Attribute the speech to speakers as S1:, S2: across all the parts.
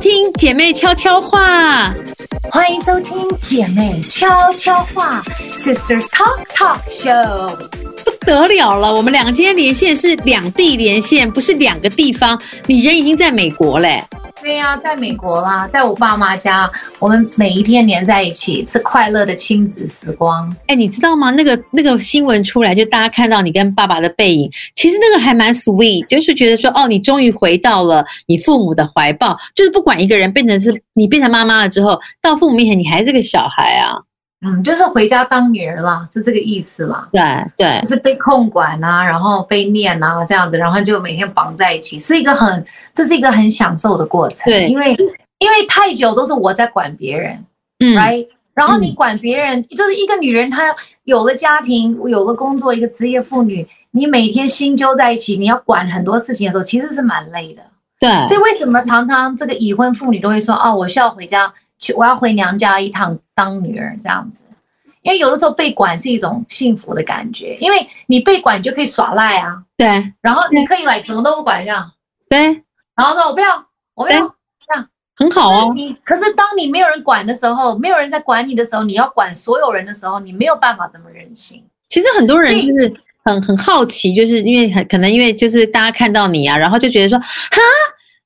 S1: 听姐妹悄悄话，
S2: 欢迎收听姐妹悄悄话 Sisters Talk Talk Show。
S1: 不得了了！我们两个今天连线是两地连线，不是两个地方。你人已经在美国嘞，
S2: 对呀、在美国啦，在我爸妈家，我们每一天黏在一起，是快乐的亲子时光。
S1: 哎，你知道吗？那个那个新闻出来，就大家看到你跟爸爸的背影，其实那个还蛮 sweet，就是觉得说，哦，你终于回到了你父母的怀抱。就是不管一个人变成是你变成妈妈了之后，到父母面前你还是个小孩啊。
S2: 嗯，就是回家当女儿啦，是这个意思啦。
S1: 对对
S2: 就，是被控管啊，然后被念啊，这样子，然后就每天绑在一起，是一个很，这是一个很享受的过程。
S1: 对
S2: 因为因为太久都是我在管别人，
S1: 嗯
S2: right？然后你
S1: 嗯
S2: 管别人，就是一个女人，她有了家庭，有了工作，一个职业妇女，你每天心揪在一起，你要管很多事情的时候，其实是蛮累的。
S1: 对，
S2: 所以为什么常常这个已婚妇女都会说，哦，我需要回家去，我要回娘家一趟当女儿这样子？因为有的时候被管是一种幸福的感觉，因为你被管你就可以耍赖啊，
S1: 对
S2: 然后你可以来什么都不管这样，
S1: 对，
S2: 然后说我不要，我不
S1: 对
S2: 要，
S1: 很好哦。
S2: 你可是当你没有人管的时候，没有人在管你的时候，你要管所有人的时候，你没有办法这么任性。
S1: 其实很多人就是很很好奇，就是因为很可能因为就是大家看到你啊，然后就觉得说，哈，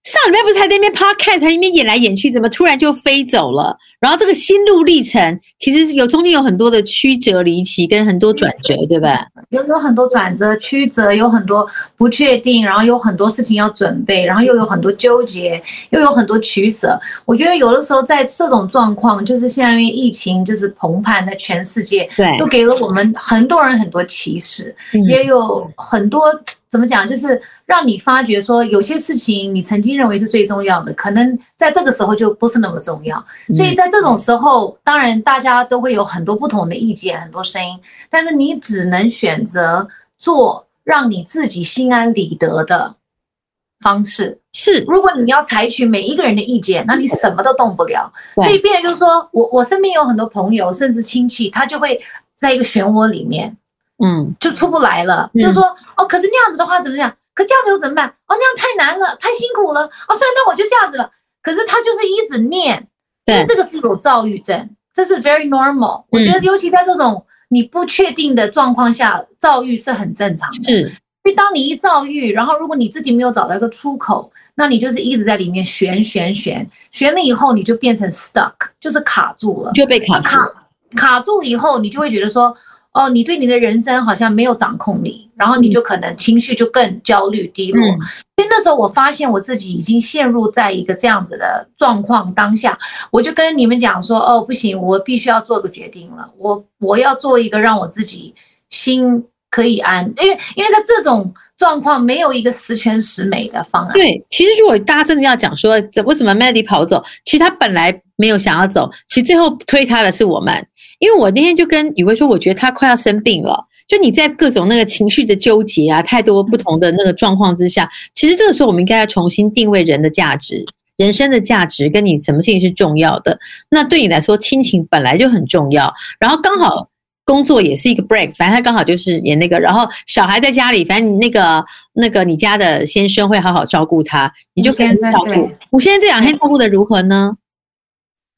S1: 上礼拜不是还在那边 podcast，还在那边演来演去，怎么突然就飞走了？然后这个心路历程其实是有中间有很多的曲折离奇，跟很多转折，对吧？
S2: 有有很多转折、曲折，有很多不确定，然后有很多事情要准备，然后又有很多纠结，又有很多取舍。我觉得有的时候在这种状况，就是现在因为疫情就是澎湃在全世界，
S1: 对，
S2: 都给了我们很多人很多启示。
S1: 嗯
S2: 也有很多怎么讲，就是让你发觉说，有些事情你曾经认为是最重要的，可能在这个时候就不是那么重要。
S1: 嗯
S2: 所以在这种时候，当然大家都会有很多不同的意见，很多声音，但是你只能选择做让你自己心安理得的方式。
S1: 是
S2: 如果你要采取每一个人的意见，那你什么都动不了。
S1: 对
S2: 所以变成就是说我我身边有很多朋友，甚至亲戚，他就会在一个漩涡里面。
S1: 嗯，
S2: 就出不来了，
S1: 嗯
S2: 就是说哦，可是那样子的话怎么样？可这样子又怎么办？哦，那样太难了，太辛苦了。哦，算了，那我就这样子了。可是他就是一直念，因
S1: 对
S2: 为
S1: 嗯
S2: 这个是有躁郁症，这是 very normal。我觉得尤其在这种你不确定的状况下，躁郁是很正常的。
S1: 是
S2: 因为当你一躁郁，然后如果你自己没有找到一个出口，那你就是一直在里面旋旋旋旋了以后，你就变成 stuck，就是卡住了。
S1: 就被卡住
S2: 卡卡住了以后，你就会觉得说，哦，你对你的人生好像没有掌控力，然后你就可能情绪就更焦虑低落。
S1: 嗯
S2: 所以那时候我发现我自己已经陷入在一个这样子的状况当下，我就跟你们讲说，哦，不行，我必须要做个决定了，我我要做一个让我自己心可以安，因为因为在这种状况没有一个十全十美的方案。
S1: 对，其实如果大家真的要讲说，怎为什么 Melody 跑走，其实他本来没有想要走，其实最后推他的是我们。因为我那天就跟雨薇说，我觉得他快要生病了。就你在各种那个情绪的纠结啊，太多不同的那个状况之下，其实这个时候我们应该要重新定位人的价值、人生的价值，跟你什么事情是重要的。那对你来说，亲情本来就很重要，然后刚好工作也是一个 break，反正他刚好就是也那个，然后小孩在家里，反正你那个那个你家的先生会好好照顾他，你就可以
S2: 吴先生
S1: 照顾
S2: 对。
S1: 我现在这两天照顾的如何呢？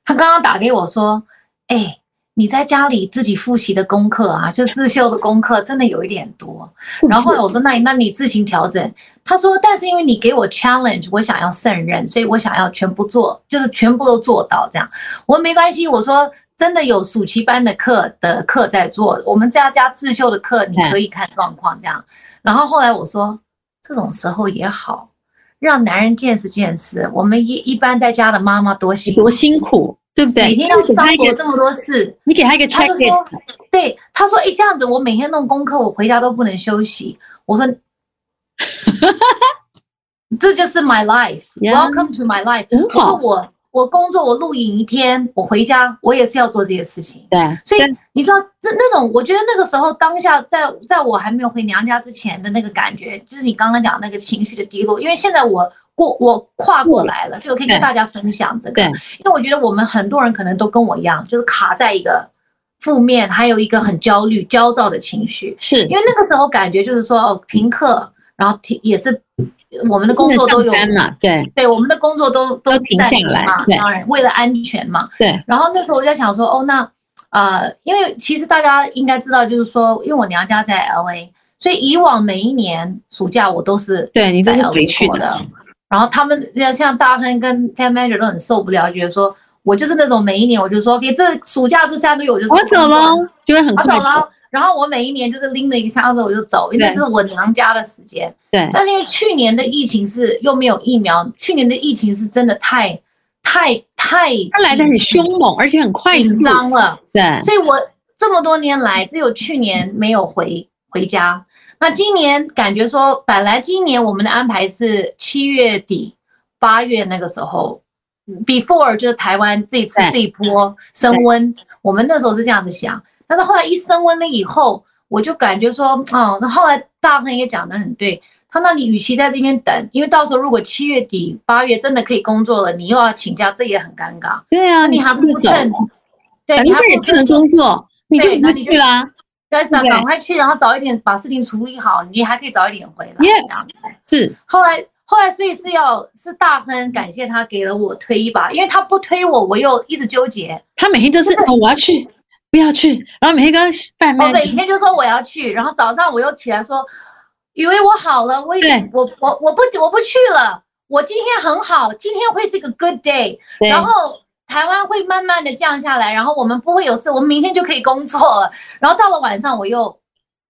S2: 他刚刚打给我说：“哎、你在家里自己复习的功课啊，就自修的功课，真的有一点多。”然后后来我说：“那你那你自行调整。”他说：“但是因为你给我 challenge，我想要胜任，所以我想要全部做，就是全部都做到这样。”我说：“没关系。”我说。真的有暑期班的课的课在做，我们家家自修的课，你可以看状况这样。然后后来我说，这种时候也好，让男人见识见识，我们一一般在家的妈妈多辛苦
S1: 多辛苦，对不对？
S2: 每天要张罗这么多事。
S1: 你给他一个
S2: 他
S1: check
S2: 就
S1: list，
S2: 说，对，他说，哎，这样子我每天弄功课，我回家都不能休息。我说，这就是 my life。
S1: Yeah
S2: Welcome to my life。
S1: 很
S2: 我说
S1: 好，
S2: 我我工作我录影一天，我回家我也是要做这些事情。
S1: 对，
S2: 所以
S1: 对
S2: 你知道，这那种我觉得那个时候当下在在我还没有回娘家之前的那个感觉，就是你刚刚讲那个情绪的低落。因为现在我过我跨过来了，所以我可以跟
S1: 对
S2: 大家分享这个
S1: 对。
S2: 因为我觉得我们很多人可能都跟我一样，就是卡在一个负面，还有一个很焦虑、焦躁的情绪。
S1: 是
S2: 因为那个时候感觉就是说，哦，停课，然后停也是我们的工作都有
S1: 不能上班嘛，对
S2: 对，我们的工作都都
S1: 都停
S2: 暂
S1: 下
S2: 停
S1: 来
S2: 嘛
S1: 对，
S2: 当然为了安全嘛。
S1: 对，
S2: 然后那时候我就在想说，哦，那呃，因为其实大家应该知道，就是说，因为我娘家在 L A，所以以往每一年暑假我都是
S1: 对你都
S2: 在
S1: 是
S2: L
S1: 回
S2: A
S1: 去
S2: 过的。然后他们像大亨跟 Tam Manager 都很受不了，觉得说我就是那种每一年我就说，OK，这暑假这三个月我就是
S1: 我走喽，就会很
S2: 我
S1: 快
S2: 走
S1: 走
S2: 了。然后我每一年就是拎着一个箱子我就走，因为
S1: 对
S2: 那是我娘家的时间。
S1: 对
S2: 但是因为去年的疫情是又没有疫苗，去年的疫情是真的太太太，
S1: 它来的很凶猛，而且很快
S2: 紧
S1: 速，
S2: 张了，
S1: 对，
S2: 所以我这么多年来只有去年没有回回家。那今年感觉说，本来今年我们的安排是七月底、八月那个时候，before 就是台湾这次
S1: 对
S2: 这一波升温，我们那时候是这样子想。但是后来一升温了以后，我就感觉说，哦，那后来大亨也讲的很对，他那你与其在这边等，因为到时候如果七月底、八月真的可以工作了，你又要请假，这也很尴尬。
S1: 对啊，
S2: 那你还不
S1: 就
S2: 如
S1: 走，
S2: 趁，对，
S1: 反
S2: 你
S1: 正现在
S2: 还
S1: 也
S2: 不
S1: 不能
S2: 趁
S1: 工作，你就
S2: 对
S1: 不
S2: 那你就
S1: 去啦。
S2: 对，赶
S1: 对
S2: 赶快去，然后早一点把事情处理好，你还可以早一点回来。
S1: Yes
S2: 这样
S1: 是
S2: 后来后来，所以是要是大亨感谢他给了我推一把，因为他不推我，我又一直纠结。
S1: 他每天都是哦，我要去，不要去，然后每天
S2: 哦
S1: 跟贩
S2: 我
S1: 卖
S2: 每天就说我要去，然后早上我又起来说，以为我好了，我已
S1: 对
S2: 我我我不我不去了，我今天很好，今天会是个 good day，
S1: 对
S2: 然后。台湾会慢慢的降下来，然后我们不会有事，我们明天就可以工作了。然后到了晚上，我又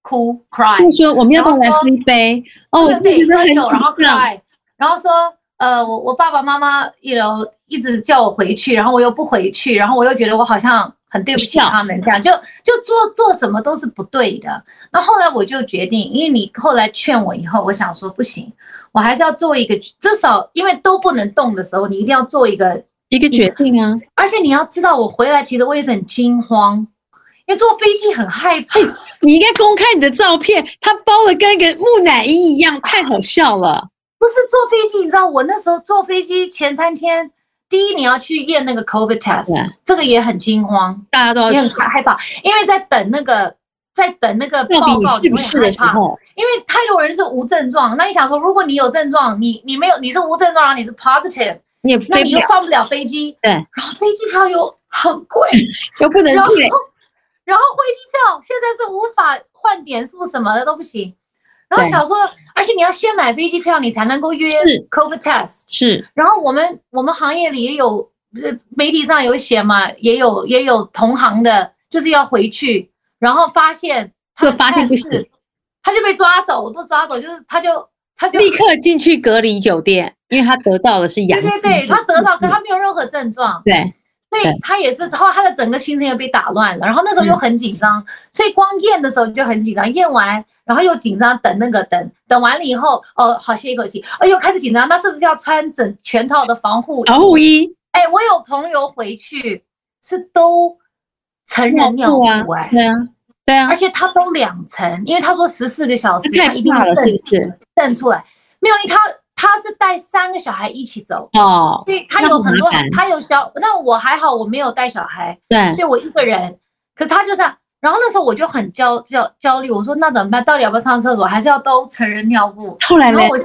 S2: 哭 cry，
S1: 就说我们要不要来
S2: 然后
S1: 喝
S2: 说
S1: 一杯？哦，我
S2: 对
S1: 真的觉得
S2: 喝
S1: 很紧
S2: 酒然后
S1: 张，
S2: cry，然后说呃，我我爸爸妈妈一楼一直叫我回去，然后我又不回去，然后我又觉得我好像很对不起
S1: 笑
S2: 他们，这样就就做做什么都是不对的。那后来我就决定，因为你后来劝我以后，我想说不行，我还是要做一个，至少因为都不能动的时候，你一定要做一个，
S1: 一个决定啊，
S2: 而且你要知道，我回来其实我也是很惊慌，因为坐飞机很害怕。
S1: 你应该公开你的照片，他包的跟一个木乃伊一样，太好笑了。
S2: 不是坐飞机，你知道我那时候坐飞机前三天，第一你要去验那个 COVID
S1: 对
S2: test，这个也很惊慌，
S1: 大家都
S2: 也
S1: 要
S2: 很
S1: 去，
S2: 害怕，因为在等那个在等那个
S1: 到底
S2: 报
S1: 你
S2: 告，
S1: 是不
S2: 会
S1: 是
S2: 害
S1: 的时
S2: 怕，
S1: 候，
S2: 因为太多人是无症状。那你想说，如果你有症状，你你没有你是无症状，然后你是 positive，
S1: 你也
S2: 那
S1: 飞
S2: 你
S1: 不
S2: 又
S1: 了，
S2: 上不了飞机，
S1: 对
S2: 然后飞机票又很贵，
S1: 又不能
S2: 然后
S1: 退，
S2: 然后飞机票现在是无法换点数什么的都不行。然后
S1: 对
S2: 想说，而且你要先买飞机票，你才能够约
S1: 是
S2: COVID test。
S1: 是
S2: 然后我们我们行业里也有，呃，媒体上有写嘛，也有也有同行的，就是要回去，然后发现他的
S1: 就发现不行
S2: test 是，他就被抓走，不抓走就是他就他就
S1: 立刻进去隔离酒店，因为他得到的是阳性。
S2: 对
S1: 嗯
S2: 对对，他得到，可他没有任何症状，
S1: 对
S2: 所
S1: 对嗯
S2: 以他也是，然后他的整个心情也被打乱了，然后那时候又很紧张，所以光验的时候就很紧张，验完然后又紧张，等那个等等完了以后，哦，好歇一口气，哦，又开始紧张，那是不是要穿整全套的防护
S1: 然后一
S2: 哎，我有朋友回去是都成人尿
S1: 尿布啊
S2: 布哎、
S1: 对啊对啊
S2: 而，且他都两层，因为他说十四个小时
S1: 这
S2: 他
S1: 太
S2: 一定
S1: 怕了，
S2: 渗
S1: 是不是？
S2: 渗出来，没有，因为他他是带三个小孩一起走，
S1: 哦，
S2: 所以他
S1: 那
S2: 有
S1: 很麻
S2: 很多
S1: 烦，
S2: 他有小，但我还好我没有带小孩，
S1: 哦对
S2: 所以我一个人，可是他就这样。然后那时候我就很焦焦焦虑，我说那怎么办？到底要不要上厕所？还是要兜成人尿布？
S1: 后来
S2: 然
S1: 嘞
S2: 后，我就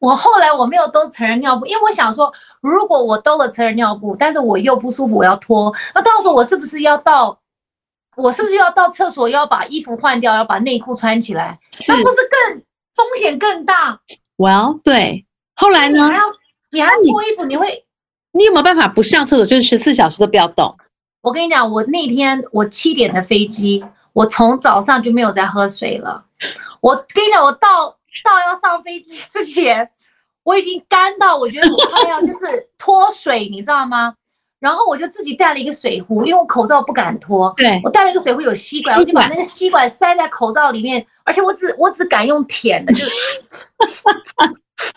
S2: 我后来我没有兜成人尿布，因为我想说，如果我兜了成人尿布，但是我又不舒服，我要脱，那到时候我是不是要到，我是不是要到厕所要把衣服换掉，要把内裤穿起来？
S1: 是
S2: 那不是更风险更大？
S1: ，Well，对，后来
S2: 你
S1: 呢
S2: 还？要你还要
S1: 啊那你
S2: 脱衣服，你会。
S1: 你有没有办法不上厕所，就是十四小时都不要动？
S2: 我跟你讲，我那天我七点的飞机，我从早上就没有再喝水了。我跟你讲，我到到要上飞机之前，我已经干到我觉得我快要就是脱水，你知道吗？然后我就自己带了一个水壶，因为我口罩不敢脱，
S1: 对，
S2: 我带了一个水壶有吸管，
S1: 吸管
S2: 我就把那个吸管塞在口罩里面，而且我只我只敢用舔的，就是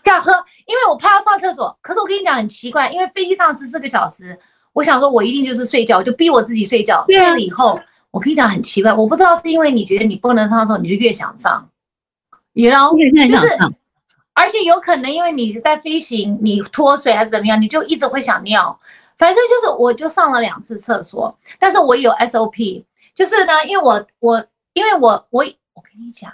S2: 这样喝，因为我怕要上厕所。可是我跟你讲很奇怪，因为飞机上十四个小时，我想说我一定就是睡觉，我就逼我自己睡觉。
S1: 对
S2: 睡
S1: 啊
S2: 了以后，我跟你讲很奇怪，我不知道是因为你觉得你不能上的时候，你就越想上，你知道
S1: 我。也是很
S2: 就
S1: 想
S2: 是
S1: 上，
S2: 而且有可能因为你在飞行，你脱水还是怎么样，你就一直会想尿。反正就是，我就上了两次厕所，但是我有 SOP，就是呢，因为我我因为我我我跟你讲，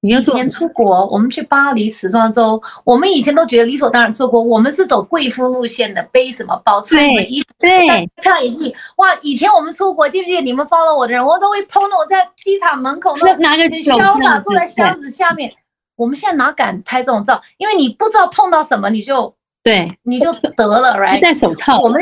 S1: 你就
S2: 以
S1: 说
S2: 前出国，我们去巴黎、时装周，我们以前都觉得理所当然出国，我们是走贵妇路线的，背什么包，穿什么
S1: 对
S2: 衣服，
S1: 对，
S2: 漂亮丽。哇，以前我们出国，记不记得你们 follow 我的人，我都会 po 那我在机场门口那
S1: 那拿个
S2: 很
S1: 手
S2: 潇
S1: 这
S2: 洒
S1: 样子
S2: 坐在箱子下面。我们现在哪敢拍这种照？因为你不知道碰到什么，你就
S1: 对，
S2: 你就 得了
S1: 还
S2: ，right？
S1: 戴手套
S2: 哎我，们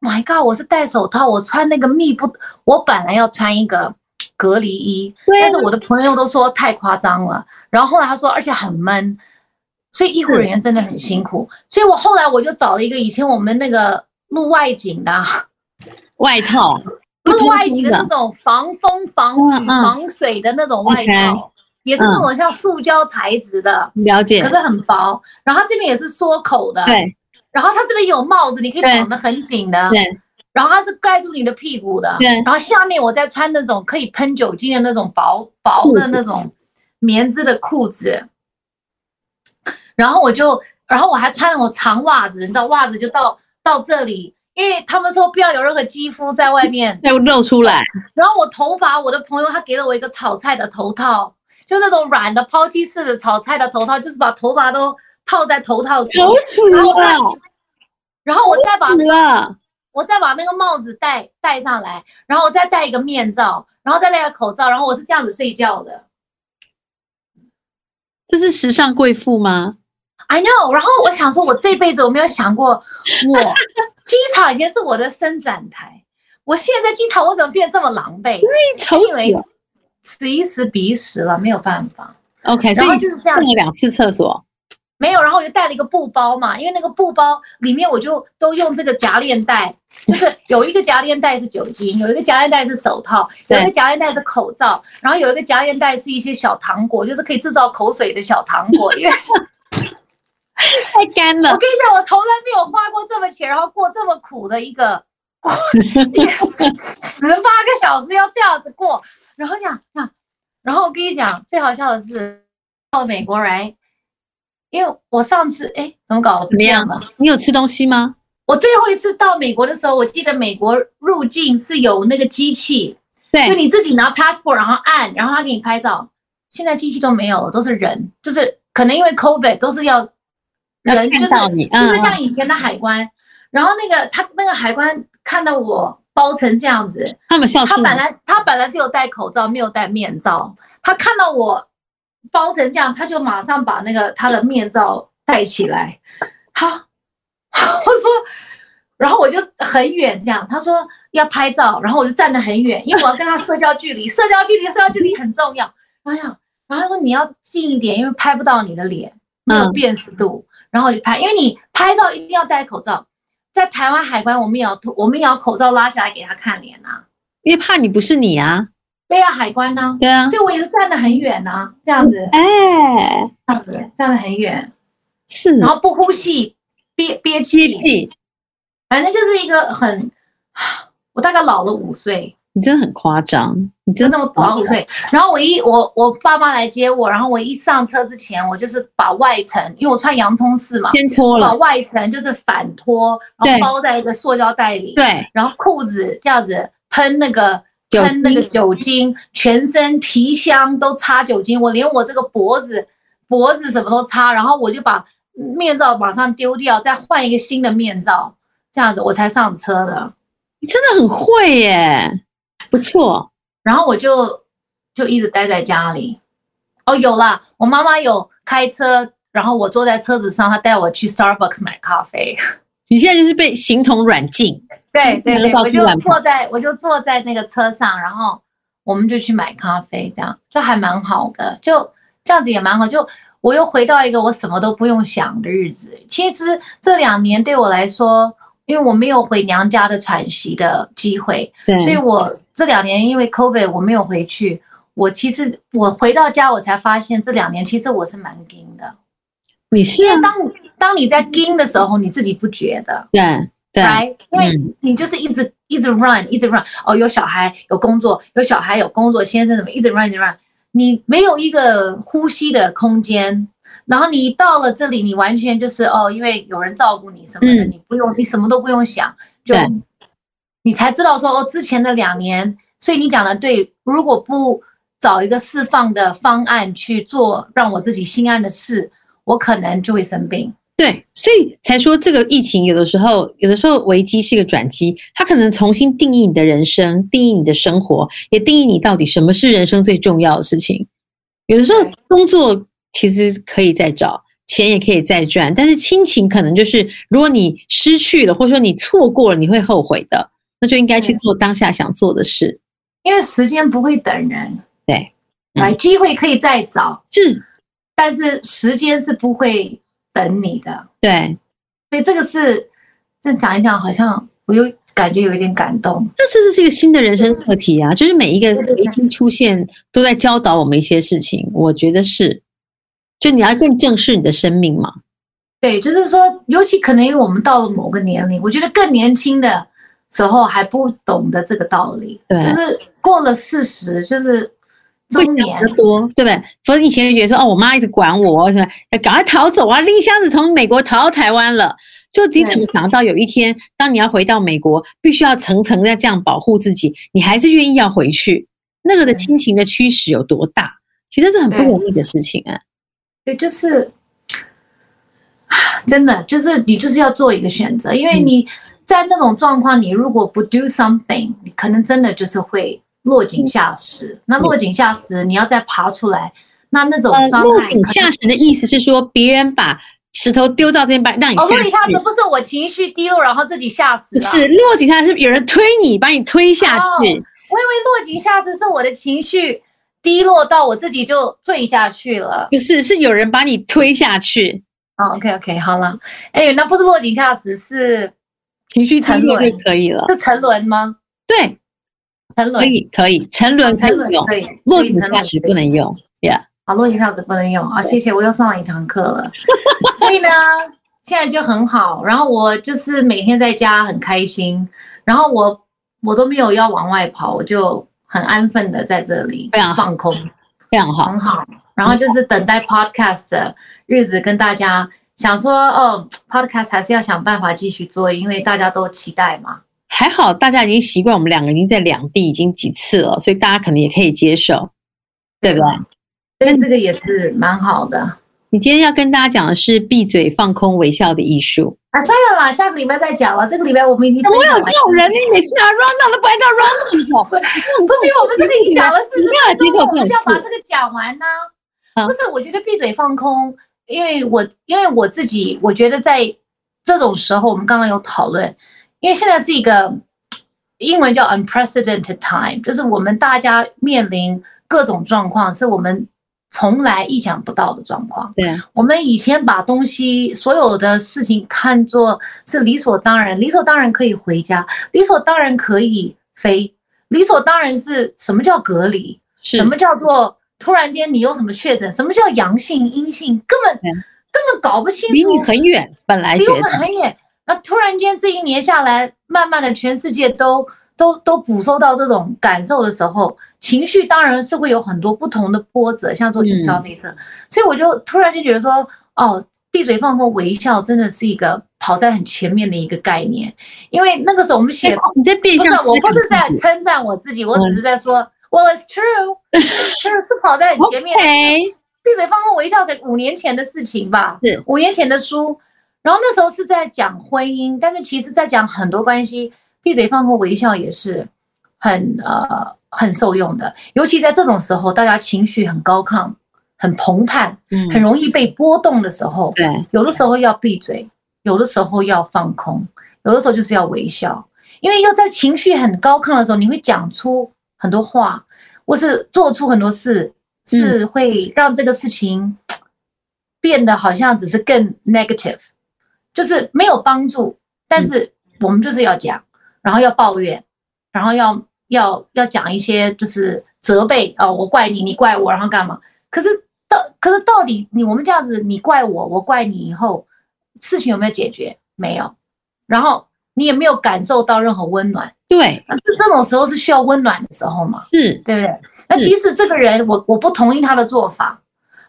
S2: ，My God，我是戴手套，我穿那个密不，我本来要穿一个隔离衣，
S1: 对啊
S2: 但是我的朋友都说太夸张了，然后后来他说而且很闷，所以医护
S1: 是
S2: 人员真的很辛苦，所以我后来我就找了一个以前我们那个录外景的啊、
S1: 外套，不
S2: 录
S1: 通
S2: 外景
S1: 风
S2: 的那
S1: 的，
S2: 种防风、防
S1: 嗯
S2: 雨、
S1: 嗯
S2: 防水的那种外
S1: OK
S2: 套，也是那种像塑胶材质的，
S1: 了解
S2: 可，是很薄，然后它这边也是缩口的，
S1: 对
S2: 然后它这边有帽子，你可以
S1: 对
S2: 绑得很紧的，
S1: 对
S2: 然后它是盖住你的屁股的，
S1: 对
S2: 然后下面我再穿那种可以喷酒精的那种薄薄
S1: 裤
S2: 的
S1: 子
S2: 那种棉质的裤子，然后我就，然后我还穿那种长袜子，你知道袜子就到到这里，因为他们说不要有任何肌肤在外面。
S1: 要露出来，
S2: 然后我头发，我的朋友他给了我一个炒菜的头套，就那种软的抛弃式的炒菜的头套，就是把头发都泡在头套里，
S1: 丑死
S2: 然后我再
S1: 了，
S2: 然后我再把
S1: 死了，
S2: 我再把那个帽子戴戴上来，然后我再戴一个面罩，然后再戴个口罩，然后我是这样子睡觉的。
S1: 这是时尚贵妇吗？
S2: I know，然后我想说，我这辈子我没有想过，我机场以前是我的伸展台，我现在在机场我怎么变得这么狼狈？
S1: 你丑死
S2: 因为
S1: 了。
S2: 此一时彼一时了，没有办法。
S1: OK，所
S2: 然
S1: 以
S2: 后
S1: 你
S2: 就是这样
S1: 上了两次厕所，
S2: 没有，然后我就带了一个布包嘛，因为那个布包里面我就都用这个夹链袋，就是有一个夹链袋是酒精，有一个夹链袋是手套，有
S1: 对
S2: 一个夹链袋是口罩，然后有一个夹链袋是一些小糖果，就是可以制造口水的小糖果。因为
S1: 太干
S2: 我
S1: 了。
S2: 跟你讲，我从来没有花过这么钱，然后过这么苦的一个过一个十八个小时要这样子过，然后讲啊，然后我跟你讲，最好笑的是到美国来。因为我上次哎，怎么搞的不
S1: 怎么
S2: 见
S1: 样
S2: 了？
S1: 你有吃东西吗？
S2: 我最后一次到美国的时候，我记得美国入境是有那个机器，就
S1: 对，
S2: 你自己拿 passport 然后按，然后他给你拍照。现在机器都没有了，都是人，就是可能因为 COVID 都是要
S1: 要
S2: 人，就
S1: 看
S2: 是
S1: 到你，
S2: 就
S1: 嗯，
S2: 是
S1: 嗯
S2: 像以前的海关。然后那个他那个海关看到我包成这样子，
S1: 他们笑
S2: 他
S1: 出
S2: 本
S1: 来，
S2: 来他本来只有戴口罩，没有戴面罩。他看到我包成这样，他就马上把那个他的面罩戴起来。好， 我说，然后我就很远这样。他说要拍照，然后我就站得很远，因为我要跟他社交距离，社交距离，社交距离很重要。然后想，然后他说你要近一点，因为拍不到你的脸，没有
S1: 嗯
S2: 辨识度。然后我就拍，因为你拍照一定要戴口罩。在台湾海关，我们也要脱我们也要口罩拉下来给他看脸啊。
S1: 因为怕你不是你啊。
S2: 对呀、海关呢、
S1: 对啊，
S2: 所以我也是站得很远呐、这样子，
S1: 哎，
S2: 这样子站得很远，
S1: 是
S2: 然后不呼吸，憋嗯憋
S1: 接
S2: 气，
S1: 近，
S2: 反正就是一个很， 我大概老了五岁，
S1: 你真的很夸张，你真
S2: 真
S1: 的
S2: 的我老了五岁。然后我一我我爸妈来接我，然后我一上车之前，我就是把外层，因为我穿洋葱式嘛，
S1: 先脱
S2: 我把
S1: 了，
S2: 外层就是反脱，然
S1: 对
S2: 后包在一个塑胶袋里，
S1: 对，
S2: 然后裤子这样子喷那个
S1: 酒
S2: 喷那个
S1: 精
S2: 酒精，全身皮箱都擦酒精，我连我这个脖子脖子什么都擦，然后我就把面罩马上丢掉，再换一个新的面罩，这样子我才上车的。
S1: 你真的很会耶，不错，
S2: 然后我就就一直待在家里。哦，有啦，我妈妈有开车，然后我坐在车子上，她带我去 Starbucks 买咖啡。
S1: 你现在就是被形同软禁，
S2: 对对对，
S1: 到
S2: 我
S1: 处
S2: 就
S1: 乱跑
S2: 坐在我就坐在那个车上，然后我们就去买咖啡，这样就还蛮好的，就这样子也蛮好。就我又回到一个我什么都不用想的日子。其实这两年对我来说，因为我没有回娘家的喘息的机会，
S1: 对，
S2: 所以我这两年因为 COVID 我没有回去。我其实我回到家，我才发现这两年其实我是蛮硬的，
S1: 你是
S2: 因
S1: 啊
S2: 为当当你在硬的时候，你自己不觉得。
S1: 对对，
S2: right？因为
S1: 嗯
S2: 你就是一直一直 run，一直 run。哦，有小孩，有工作，有小孩，有工作，先生怎么一直 run，一直 run。你没有一个呼吸的空间，然后你到了这里，你完全就是哦，因为有人照顾你什么的，
S1: 嗯
S2: 你不用，你什么都不用想，就
S1: 对
S2: 你才知道说哦，之前的两年，所以你讲的对，如果不找一个释放的方案去做让我自己心安的事，我可能就会生病。
S1: 对，所以才说这个疫情有的时候，有的时候危机是个转机，它可能重新定义你的人生，定义你的生活，也定义你到底什么是人生最重要的事情。有的时候
S2: 对
S1: 工作其实可以再找，钱也可以再赚，但是亲情可能就是如果你失去了，或者说你错过了，你会后悔的，那就应该去
S2: 对
S1: 做当下想做的事。
S2: 因为时间不会等人，
S1: 对，嗯
S2: 来机会可以再找，
S1: 是，
S2: 但是时间是不会等你的，
S1: 对，
S2: 所以这个是，这讲一讲，好像我又感觉有一点感动，
S1: 这这就是一个新的人生课题啊！就是每一个
S2: 嗯对对对
S1: 维京出现都在教导我们一些事情，我觉得是，就你要更正视你的生命嘛。
S2: 对，就是说，尤其可能因为我们到了某个年龄，我觉得更年轻的时候还不懂得这个道理，
S1: 对
S2: 就是过了四十，就是
S1: 会
S2: 中年
S1: 想得，多，对不对？否则以前就觉得说，哦，我妈一直管我，什么要赶快逃走啊，拎箱子从美国逃到台湾了。就你怎么想到有一天，当你要回到美国，必须要层层的这样保护自己，你还是愿意要回去？那个的
S2: 嗯
S1: 亲情的驱使有多大？其实是很不
S2: 对
S1: 容易的事情啊。
S2: 对，就是真的，就是你就是要做一个选择，
S1: 嗯
S2: 因为你在那种状况，你如果不 do something，你可能真的就是会落
S1: 嗯
S2: 井下石。那落井下石，你要再爬出来，那那种
S1: 呃，
S2: 伤
S1: 落
S2: 害可
S1: 井
S2: 能，
S1: 下石的意思是说，别人把石头丢到这边，把让你
S2: 哦，落井
S1: 下
S2: 下
S1: 去。
S2: 石不是我情绪低落，然后自己吓死了。哦
S1: 是落井下石，是有人推你，把你推下去。
S2: 我以为落井下石是我的情绪低落到我自己就坠下去了。
S1: 不是，是有人把你推下去，
S2: 哦，OK OK，好了，哎，那不是落井下石，是
S1: 情绪低落
S2: 沉
S1: 就
S2: 沦
S1: 可以了。
S2: 是沉沦吗？
S1: 对，可
S2: 沉沦，
S1: 以，可以，沉沦可
S2: 哦沉
S1: 以
S2: 沦
S1: 用，
S2: 可以，
S1: 落
S2: 所以
S1: 井
S2: 沉
S1: 下
S2: 沦
S1: 石
S2: 可以
S1: 不能用。Yeah，
S2: 啊，落井下石不能用啊！谢谢，我又上了一堂 课了。所以呢，现在就很好。然后我就是每天在家很开心，然后我我都没有要往外跑，我就很安分的在这里
S1: 非常好
S2: 放空，
S1: 非常好。
S2: 很好。然后就是等待 podcast 的日子，跟大家想说，哦，podcast 还是要想办法继续做，因为大家都期待
S1: 嗯
S2: 嘛。
S1: 还好大家已经习惯，我们两个已经在两地已经几次了，所以大家可能也可以接受，对不对？
S2: 嗯所以这个也是蛮好的。
S1: 你今天要跟大家讲的是闭嘴、放空、微笑的艺术。
S2: 啊，算了啦，下个礼拜再讲了。这个礼拜我们已经
S1: 怎么
S2: 分
S1: 会
S2: 享
S1: 有
S2: 完
S1: 这种人？你每次拿 round 都不按照 round 走，
S2: 不是因为我们这个已经讲了四
S1: 你
S2: 十
S1: 没有
S2: 分
S1: 接
S2: 钟
S1: 受
S2: 了，
S1: 这
S2: 我
S1: 种
S2: 们就要把
S1: 事。
S2: 这个讲完呢、
S1: 啊
S2: 不是，我觉得闭嘴放空，因为我因为我自己，我觉得在这种时候，我们刚刚有讨论，因为现在是一个英文叫 unprecedented time，就是我们大家面临各种状况，是我们从来意想不到的状况。
S1: 对，
S2: 我们以前把东西所有的事情看作是理所当然，理所当然可以回家，理所当然可以飞，理所当然是什么叫隔离？
S1: 是
S2: 什么叫做突然间你有什么确诊？什么叫阳性、阴性？根本
S1: 对
S2: 根本搞不清楚，
S1: 离你很远，本来觉
S2: 离我们
S1: 得
S2: 很远。那突然间这一年下来，慢慢的全世界都都都捕收到这种感受的时候，情绪当然是会有很多不同的波折，像做营销飞车，所以我就突然就觉得说，哦，闭嘴放空微笑真的是一个跑在很前面的一个概念，因为那个时候我们写
S1: 你在变
S2: 不是啊
S1: 相，
S2: 我不是在称赞我自己，我只是在说、w e l l it's true，it's true 是跑在很前面的
S1: OK，
S2: 闭嘴放空微笑才五年前的事情吧，
S1: 是
S2: 五年前的书。然后那时候是在讲婚姻，但是其实在讲很多关系，闭嘴放空微笑也是很呃很受用的，尤其在这种时候，大家情绪很高亢、很澎湃、
S1: 嗯
S2: 很容易被波动的时候，
S1: 对，
S2: 有的时候要闭嘴，有的时候要放空，有的时候就是要微笑，因为要在情绪很高亢的时候，你会讲出很多话，或是做出很多事，是会让这个事情变得好像只是更 negative，就是没有帮助。但是我们就是要讲，然后要抱怨，然后要要要讲一些就是责备啊、我怪你，你怪我，然后干嘛？可是到可是到底你我们这样子，你怪我，我怪你，以后事情有没有解决？没有，然后你也没有感受到任何温暖。
S1: 对，
S2: 那这这种时候是需要温暖的时候嘛？
S1: 是
S2: 对不对？那即使这个人我我不同意他的做法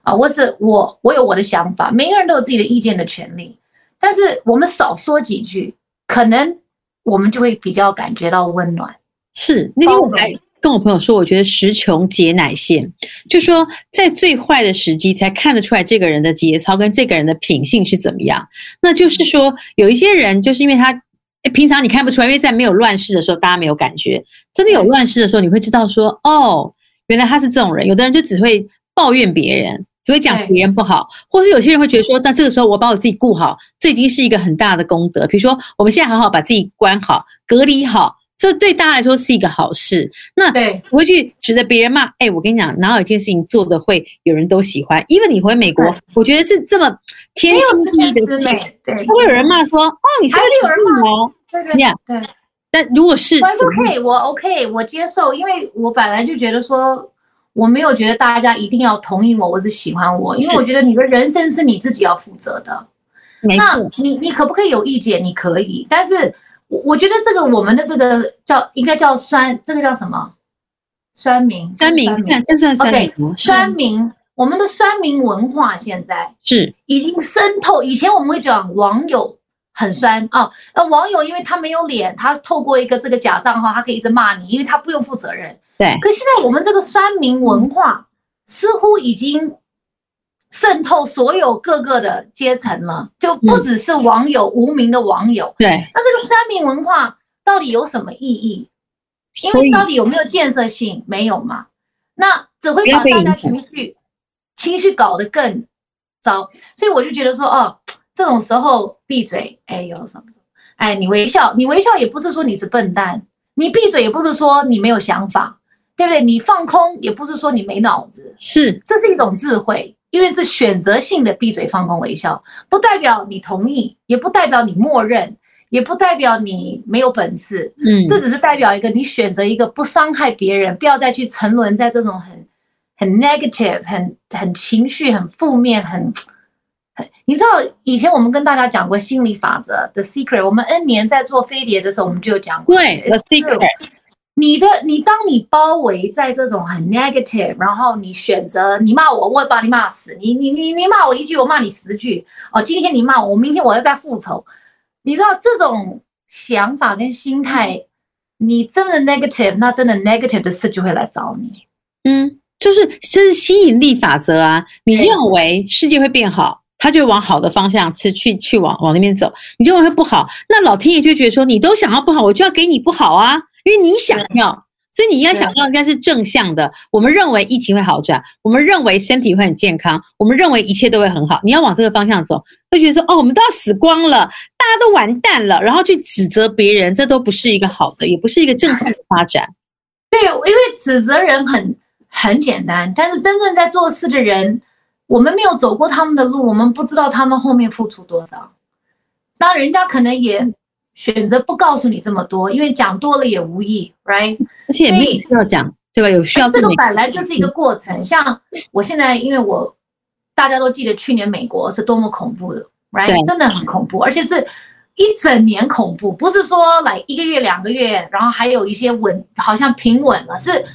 S2: 啊，我是我我有我的想法，每个人都有自己的意见的权利，但是我们少说几句，可能我们就会比较感觉到温暖。
S1: 是。那天我
S2: 包容
S1: 还跟我朋友说，我觉得时穷节乃现，就说在最坏的时机才看得出来这个人的节操跟这个人的品性是怎么样。那就是说，有一些人就是因为他诶平常你看不出来，因为在没有乱世的时候，大家没有感觉；真的有乱世的时候，你会知道说，哦，原来他是这种人。有的人就只会抱怨别人，只会讲
S2: 对
S1: 别人不好，或是有些人会觉得说，那这个时候我把我自己顾好，这已经是一个很大的功德。比如说，我们现在好好把自己关好、隔离好，这对大家来说是一个好事。那
S2: 对
S1: 不会去指着别人骂。哎、我跟你讲，哪有一件事情做的会有人都喜欢？因为你回美国
S2: 对，
S1: 我觉得是这么天
S2: 没有
S1: 经
S2: 十
S1: 地义
S2: 全
S1: 的
S2: 十
S1: 事情，
S2: 美，对
S1: 不会有人骂说哦，你是
S2: 还
S1: 个
S2: 是有人骂
S1: 女哦。
S2: 对对
S1: Yeah
S2: 对。
S1: 但如果是
S2: 我还是
S1: 怎么
S2: OK，我 OK，我接受，因为我本来就觉得说，我没有觉得大家一定要同意我，或是喜欢我，因为
S1: 是
S2: 我觉得你的人生是你自己要负责的。
S1: 没
S2: 那
S1: 错，
S2: 你你可不可以有意见？你可以，但是我我觉得这个我们的这个叫应该叫酸，这个叫什么？酸民，
S1: 酸民
S2: 酸，民
S1: 看，这算酸民
S2: OK，
S1: 吗？是
S2: 酸民，我们的酸民文化现在
S1: 是
S2: 已经渗透。以前我们会讲网友很酸啊，那、网友因为他没有脸，他透过一个这个假账号，他可以一直骂你，因为他不用负责任。
S1: 对，
S2: 可现在我们这个酸民文化似乎已经渗透所有各个的阶层了，就不只是网友、无名的网友。
S1: 对，
S2: 那这个酸民文化到底有什么意义？因
S1: 所
S2: 为
S1: 以
S2: 到底有没有建设性？没有嘛？那只会把
S1: 不要被
S2: 大
S1: 影
S2: 家
S1: 响
S2: 情绪情绪搞得更糟，所以我就觉得说，哦，这种时候闭嘴，哎呦什么什么，哎，你微笑，你微笑也不是说你是笨蛋，你闭嘴也不是说你没有想法，对不对？你放空也不是说你没脑子，
S1: 是
S2: 这是一种智慧，因为这选择性的闭嘴放空微笑，不代表你同意，也不代表你默认，也不代表你没有本事，
S1: 嗯，
S2: 这只是代表一个你选择一个不伤害别人，不要再去沉沦在这种很很 negative、很很情绪、很负面、很很，你知道以前我们跟大家讲过心理法则的 secret，我们 N 年在做飞碟的时候我们就有讲过。
S1: 对，the
S2: It's true
S1: secret，
S2: 你的你，当你包围在这种很 negative，然后你选择你骂我，我也把你骂死；你你你你骂我一句，我骂你十句。哦，今天你骂我，明天我要再复仇。你知道这种想法跟心态，你真的 negative，那真的 negative 的事就会来找你。
S1: 嗯，就是这是吸引力法则啊！你
S2: 对
S1: 认为世界会变好，它就往好的方向持续去往往那边走；你认为会不好，那老天爷就会觉得说你都想要不好，我就要给你不好啊，因为你想要。所以你应该
S2: 对
S1: 想要应该是正向的。我们认为疫情会好转，我们认为身体会很健康，我们认为一切都会很好。你要往这个方向走，会觉得说哦，我们都要死光了，大家都完蛋了，然后去指责别人，这都不是一个好的，也不是一个正向的发展。
S2: 对，因为指责人很很简单，但是真正在做事的人，我们没有走过他们的路，我们不知道他们后面付出多少。那人家可能
S1: 嗯
S2: 也选择不告诉你这么多，因为讲多了也无益，right？
S1: 而且也没有需要讲，对吧？有需要嗯
S2: 这
S1: 更
S2: 个
S1: 美
S2: 本来就是一个过程。像我现在，因为我大家都记得去年美国是多么恐怖的
S1: 对
S2: ，right？真的很恐怖，而且是一整年恐怖，不是说来一个月、两个月，然后还有一些稳，好像平稳了，是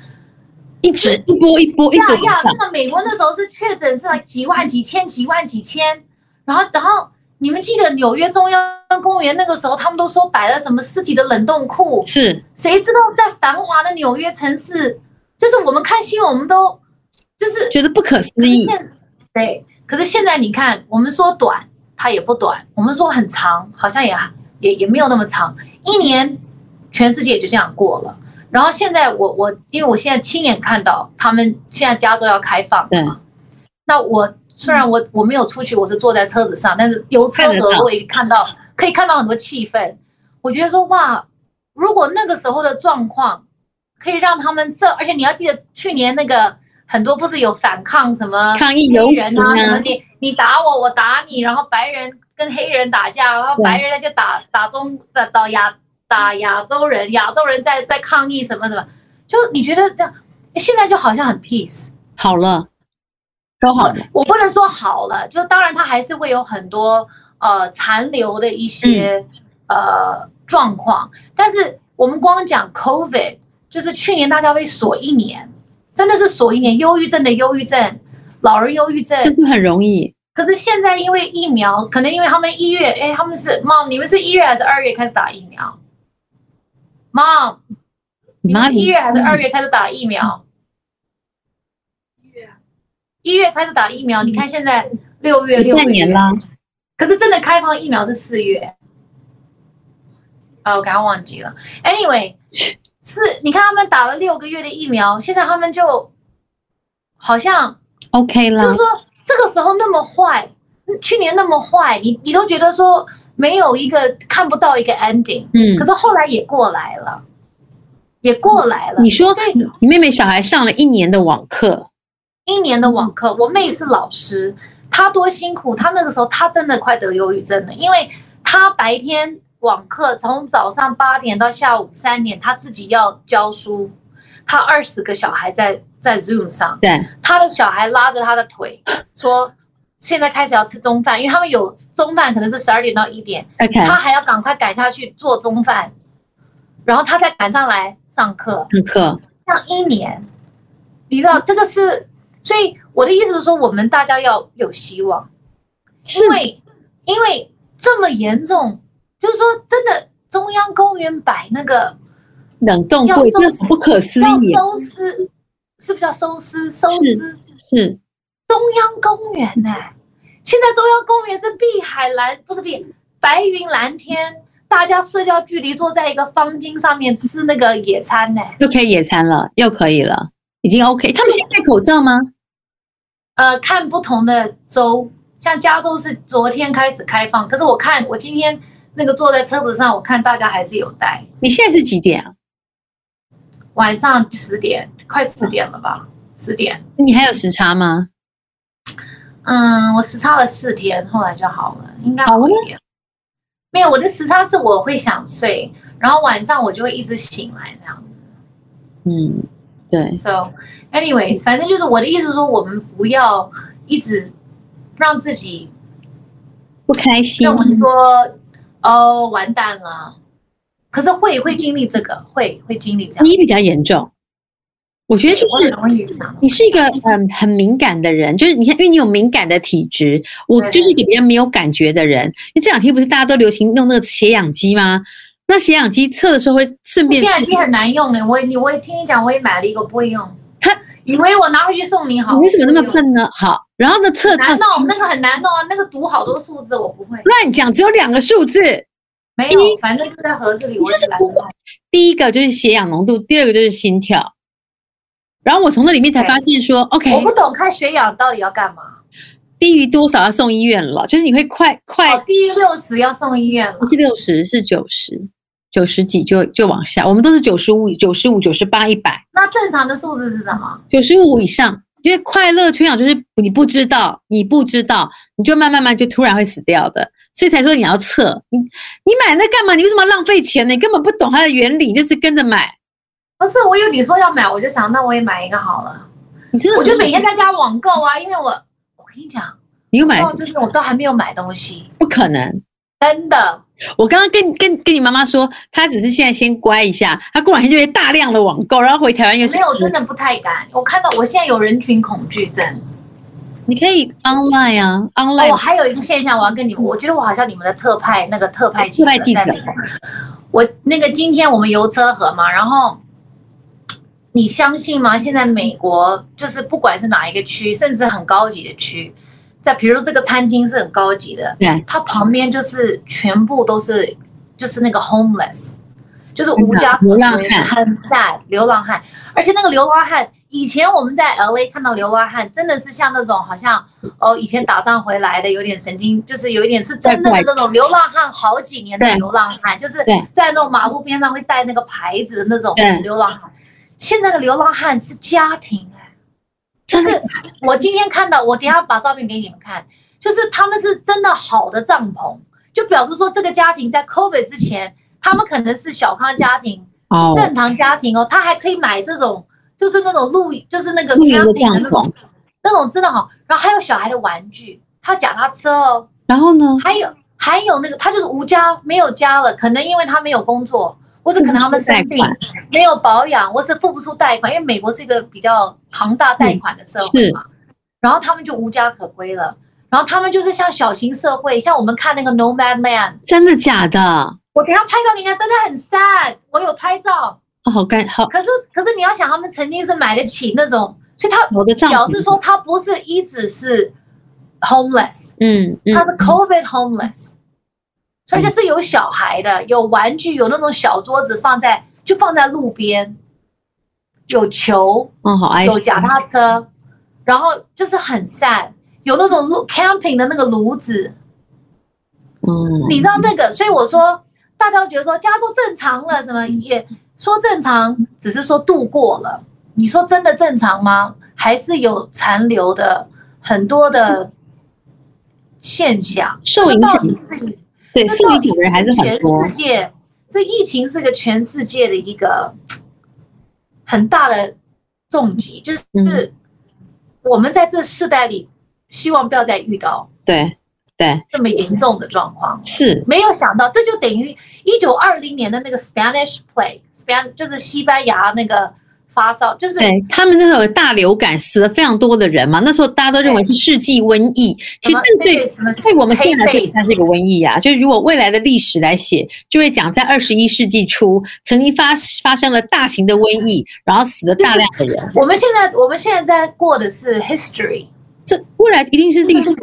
S1: 一直一波一波一直
S2: 呀
S1: 往
S2: 呀，
S1: 上
S2: 那，个美国那时候是确诊是几万、几千、几万、几千，然后然后你们记得纽约中央公园那个时候，他们都说摆了什么尸体的冷冻库，
S1: 是
S2: 谁知道在繁华的纽约城市，就是我们看新闻，我们都就是
S1: 觉得不可
S2: 可
S1: 思
S2: 是
S1: 议。
S2: 现对，可是现在你看，我们说短它也不短，我们说很长好像也也也没有那么长，一年全世界也就这样过了。然后现在我我因为我现在亲眼看到他们现在加州要开放了嘛，那我虽然我我没有出去，我是坐在车子上，但是由车
S1: 看得到
S2: 而过也看到可以看到很多气氛。我觉得说哇，如果那个时候的状况可以让他们这，而且你要记得去年那个很多不是有反抗什么
S1: 抗议
S2: 黑
S1: 游
S2: 人
S1: 行
S2: 啊，什么
S1: 啊，
S2: 你你打我，我打你，然后白人跟黑人打架，然后
S1: 对
S2: 白人那些打打中打打亚打亚洲人，亚洲人在在抗议什么什么，就你觉得这样现在就好像很 peace。
S1: 好了，都好了，
S2: 我不能说好了，就当然它还是会有很多呃残留的一些、呃状况，但是我们光讲 COVID，就是去年大家被锁一年，真的是锁一年，忧郁症的忧郁症，老人忧郁症，
S1: 这是很容易。
S2: 可是现在因为疫苗，可能因为他们一月，哎，他们是 mom，你们是一月还是二月开始打疫苗？mom，
S1: 你妈嗯
S2: 是一
S1: 你
S2: 月还是二月开始打疫苗？一月开始打疫苗，你看现在六月
S1: 你
S2: 六
S1: 半年
S2: 月，
S1: 啦，
S2: 可是真的开放疫苗是四月。啊，我刚刚忘记了。Anyway，是你看他们打了六个月的疫苗，现在他们就好像
S1: ，OK
S2: 就
S1: 啦
S2: 是，说这个时候那么坏，去年那么坏，你你都觉得说没有一个看不到一个 ending，
S1: 嗯
S2: 可。是后来也过来了，也过来了。
S1: 你说
S2: 所以
S1: 你妹妹小孩上了一年的网课，
S2: 一年的网课，我妹是老师，她多辛苦，她那个时候她真的快得忧郁症了，因为她白天网课从早上八点到下午三点，她自己要教书，她二十个小孩在在 Zoom 上，
S1: 对，
S2: 她的小孩拉着她的腿说。现在开始要吃中饭，因为他们有中饭，可能是十二点到一点，
S1: OK，
S2: 她还要赶快赶下去做中饭，然后她再赶上来上课。
S1: 上课，
S2: 上一年，你知道这个是，所以我的意思是说，我们大家要有希望，
S1: 是
S2: 因为因为这么严重，就是说真的，中央公园摆那个
S1: 冷冻
S2: 要
S1: 柜，
S2: 收
S1: 这很不可思
S2: 要
S1: 议耶，
S2: 收尸，是不是叫收尸？收尸
S1: 是
S2: 中央公园呢、现在中央公园是碧海蓝，不是碧白云蓝天，大家社交距离坐在一个方巾上面吃那个野餐呢、
S1: 又可以野餐了，又可以了，已经 OK。他们现在戴口罩吗？
S2: 呃，看不同的州，像加州是昨天开始开放，可是我看我今天那个坐在车子上，我看大家还是有戴。
S1: 你现在是几点啊？
S2: 晚上十点，快十点了吧？十点。
S1: 你还有时差吗？
S2: 嗯，我时差了四天，后来就好了，应该
S1: 好
S2: 好
S1: 了
S2: 一点。没有，我的时差是我会想睡，然后晚上我就会一直醒来这样。
S1: 嗯，对，
S2: So, anyways，反正就是我的意思是说，我们不要一直让自己
S1: 不开心
S2: 让。我们说，哦，完蛋了。可是会会经历这个，会会经历这样，
S1: 你比较严重，我觉得就
S2: 我很
S1: 是
S2: 容易这样。
S1: 你是一个嗯很敏感的人，就是你看，因为你有敏感的体质，我
S2: 对
S1: 就是一个比较没有感觉的人。因为这两天不是大家都流行弄那个血氧机吗？那血氧机测的时候会顺便
S2: 现在已经很难用了，我也你我也听你讲，我也买了一个，不会用。
S1: 它
S2: 以为我拿回去送你好，
S1: 你为什么那么
S2: 不会用？
S1: 笨呢？好，然后呢，测到
S2: 难弄，那个很难弄啊，那个读好多数字我不会，
S1: 乱讲，只有两个数字，
S2: 没有，反正就在盒子里，我也懒得弄。
S1: 第一个就是血氧浓度，第二个就是心跳。然后我从那里面才发现说，OK，
S2: 我不懂看血氧到底要干嘛。
S1: 低于多少要送医院了，就是你会快快
S2: 哦，低于六十要送医院了
S1: 不。是六十是九十，九十几就就往下，我们都是九十五、九十五、九十八、一百，
S2: 那正常的数字是什么？
S1: 九十五以上。因为快乐缺氧就是你不知道，你不知道，你就慢慢慢就突然会死掉的，所以才说你要测。你你买那干嘛？你为什么要浪费钱呢？你根本不懂它的原理，你就是跟着买。
S2: 不是，我有你说要买，我就想那我也买一个好了。
S1: 你真的
S2: 我
S1: 很
S2: 就每天在家网购啊，因为我我跟你讲，
S1: 你又买了
S2: 到
S1: 什么？
S2: 这边我都还没有买东西，
S1: 不可能！
S2: 真的。
S1: 我刚刚跟跟跟你妈妈说，她只是现在先乖一下，她过两天就会大量的网购，然后回台湾又是
S2: 没有，真的不太敢。我看到我现在有人群恐惧症。
S1: 你可以 online 啊
S2: 哦，我
S1: ，online 嗯
S2: 还有一个现象，我要跟你们，我觉得我好像你们的特派那个特派记
S1: 特派记
S2: 者在
S1: 者
S2: 美国。我那个今天我们游车河嘛，然后你相信吗？现在美国就是不管是哪一个区，甚至很高级的区，在比如这个餐厅是很高级的，
S1: 对
S2: 它旁边就是全部都是就是那个 homeless，就是无家可
S1: 流浪
S2: 归
S1: 汉
S2: 很 sad 流浪汉，而且那个流浪汉，以前我们在 LA 看到流浪汉，真的是像那种好像哦，以前打仗回来的，有点神经，就是有一点是真正的
S1: 怪
S2: 那种流浪汉，好几年的
S1: 对
S2: 流浪汉，就是
S1: 对
S2: 在那种马路边上会带那个牌子的那种
S1: 对
S2: 流浪汉。现在的流浪汉是家庭哎、
S1: 真的
S2: 是我今天看到，我等一下把照片给你们看，就是他们是真的好的帐篷，就表示说这个家庭在 COVID 之前，他们可能是小康家庭，
S1: 哦，
S2: 正常家庭哦，他还可以买这种，就是那种露，就是那个
S1: 露营的
S2: camping 的那
S1: 帐
S2: 种，那种真的好。然后还有小孩的玩具，还有脚踏车哦，
S1: 然后呢？
S2: 还有还有那个他就是无家没有家了，可能因为他没有工作，或者可能他们生病
S1: 付不出贷
S2: 没有保养，或是付不出贷款，因为美国是一个比较庞大贷款的社会嘛，然后他们就无家可归了。然后他们就是像小型社会，像我们看那个《Nomad Land》，
S1: 真的假的？
S2: 我等一下拍照给你看，真的很 sad。我有拍照，
S1: 哦，好干好，
S2: 可是可是你要想，他们曾经是买得起那种，所以他
S1: 我的丈夫
S2: 表示说他不是一直是 homeless，
S1: 嗯嗯，
S2: 他是 COVID homeless，、所以他是有小孩的，有玩具，有那种小桌子放在就放在路边，有球，
S1: 哦好爱
S2: 有脚踏车，然后就是很 sad，有那种路 camping 的那个炉子，
S1: 嗯，
S2: 你知道那个，所以我说大家都觉得说加州正常了，什么也说正常，只是说度过了。你说真的正常吗？还是有残留的很多的现象？
S1: 受影
S2: 到
S1: 响
S2: 底是
S1: 对
S2: 这
S1: 受
S2: 到
S1: 影
S2: 底
S1: 响的人还是很多
S2: 全，世界，这疫情是个全世界的一个嘖很大的重击，就是
S1: 嗯
S2: 我们在这世代里，希望不要再遇到
S1: 对对
S2: 这么严重的状况。
S1: 是，
S2: 没有想到，这就等于一九二零年的那个 Spanish plague，Span 就是西班牙那个发烧，就是
S1: 对他们那时候有大流感死了非常多的人嘛，那时候大家都认为是世纪瘟疫，其
S2: 什
S1: 实
S2: 么
S1: 这个对
S2: 什么
S1: 对我们现在来
S2: 黑
S1: 说，它是一个瘟疫啊。就是如果未来的历史来写，就会讲在二十一世纪初曾经发发生了大型的瘟疫，然后死了大量的人。
S2: 我们现在我们现在在过的是 history，
S1: 这未来一定是历
S2: 历
S1: 史。
S2: 史。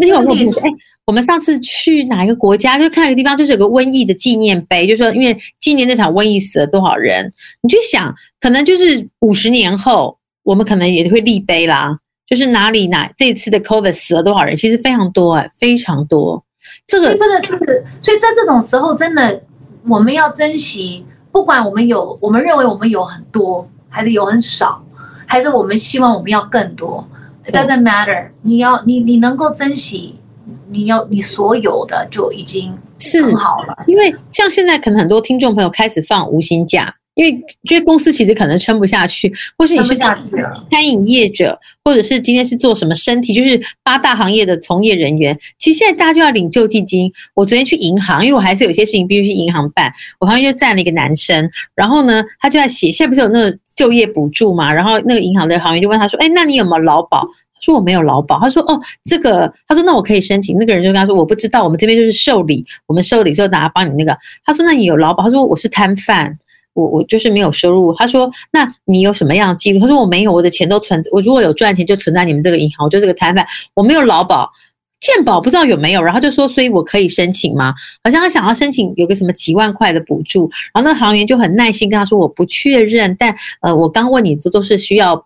S1: 那天我跟我
S2: 历
S1: 朋友
S2: 史
S1: 说，哎，我们上次去哪一个国家，就看一个地方，就是有个瘟疫的纪念碑，就说因为今年那场瘟疫死了多少人，你去想，可能就是五十年后，我们可能也会立碑啦。就是哪里哪这次的 COVID 死了多少人，其实非常多哎、非常多。这
S2: 所
S1: 个
S2: 以真的是，所以在这种时候，真的我们要珍惜，不管我们有，我们认为我们有很多，还是有很少，还是我们希望我们要更多，it doesn't matter。你要你你能够珍惜，你要你所有的就已经
S1: 是
S2: 很好了。
S1: 因为像现在可能很多听众朋友开始放无薪假，因为觉得公司其实可能撑不下去，或是你是
S2: 撑不下去了
S1: 餐饮业者，或者是今天是做什么身体，就是八大行业的从业人员。其实现在大家就要领救济金。我昨天去银行，因为我还是有些事情必须去银行办，我旁边就站了一个男生，然后呢，他就在写，现在不是有那个就业补助嘛，然后那个银行的行员就问他说：“哎，那你有没有劳保？”他说我没有劳保，他说哦，这个他说那我可以申请，那个人就跟他说我不知道，我们这边就是受理，我们受理之后大家帮你那个，他说那你有劳保，他说我是摊贩，我我就是没有收入，他说那你有什么样的记录？他说我没有，我的钱都存，我如果有赚钱就存在你们这个银行，我就是个摊贩，我没有劳保。健保不知道有没有，然后就说，所以我可以申请吗？好像他想要申请有个什么几万块的补助，然后那个行员就很耐心跟他说，我不确认，但呃，我刚问你，这都是需要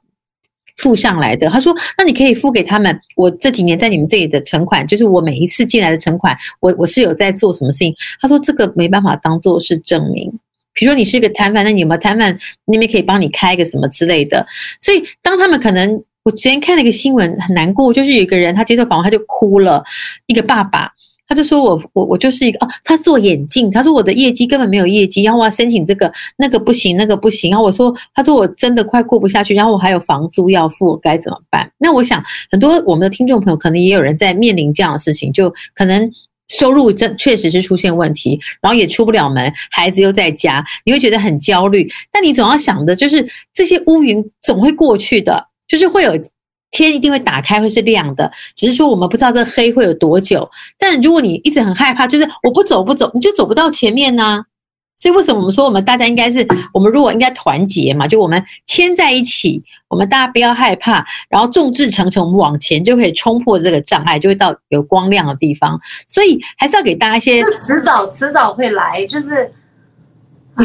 S1: 付上来的。他说，那你可以付给他们，我这几年在你们这里的存款，就是我每一次进来的存款，我我是有在做什么事情。他说这个没办法当做是证明。比如说你是个摊贩，那你有没有摊贩那边可以帮你开一个什么之类的？所以当他们可能，我之前看了一个新闻，很难过，就是有一个人他接受访问他就哭了，一个爸爸。他就说我我我就是一个哦，他做眼镜，他说我的业绩根本没有业绩，然后我要申请这个那个不行，那个不行。然后我说，他说我真的快过不下去，然后我还有房租要付，我该怎么办？那我想很多我们的听众朋友可能也有人在面临这样的事情，就可能收入真确实是出现问题，然后也出不了门，孩子又在家，你会觉得很焦虑。但你总要想的就是这些乌云总会过去的，就是会有。天一定会打开，会是亮的，只是说我们不知道这黑会有多久。但如果你一直很害怕，就是我不走不走，你就走不到前面呐、所以为什么我们说我们大家应该是我们如果应该团结嘛，就我们牵在一起，我们大家不要害怕，然后众志成城，我们往前就可以冲破这个障碍，就会到有光亮的地方。所以还是要给大家一些，
S2: 这迟早迟早会来，就是，哎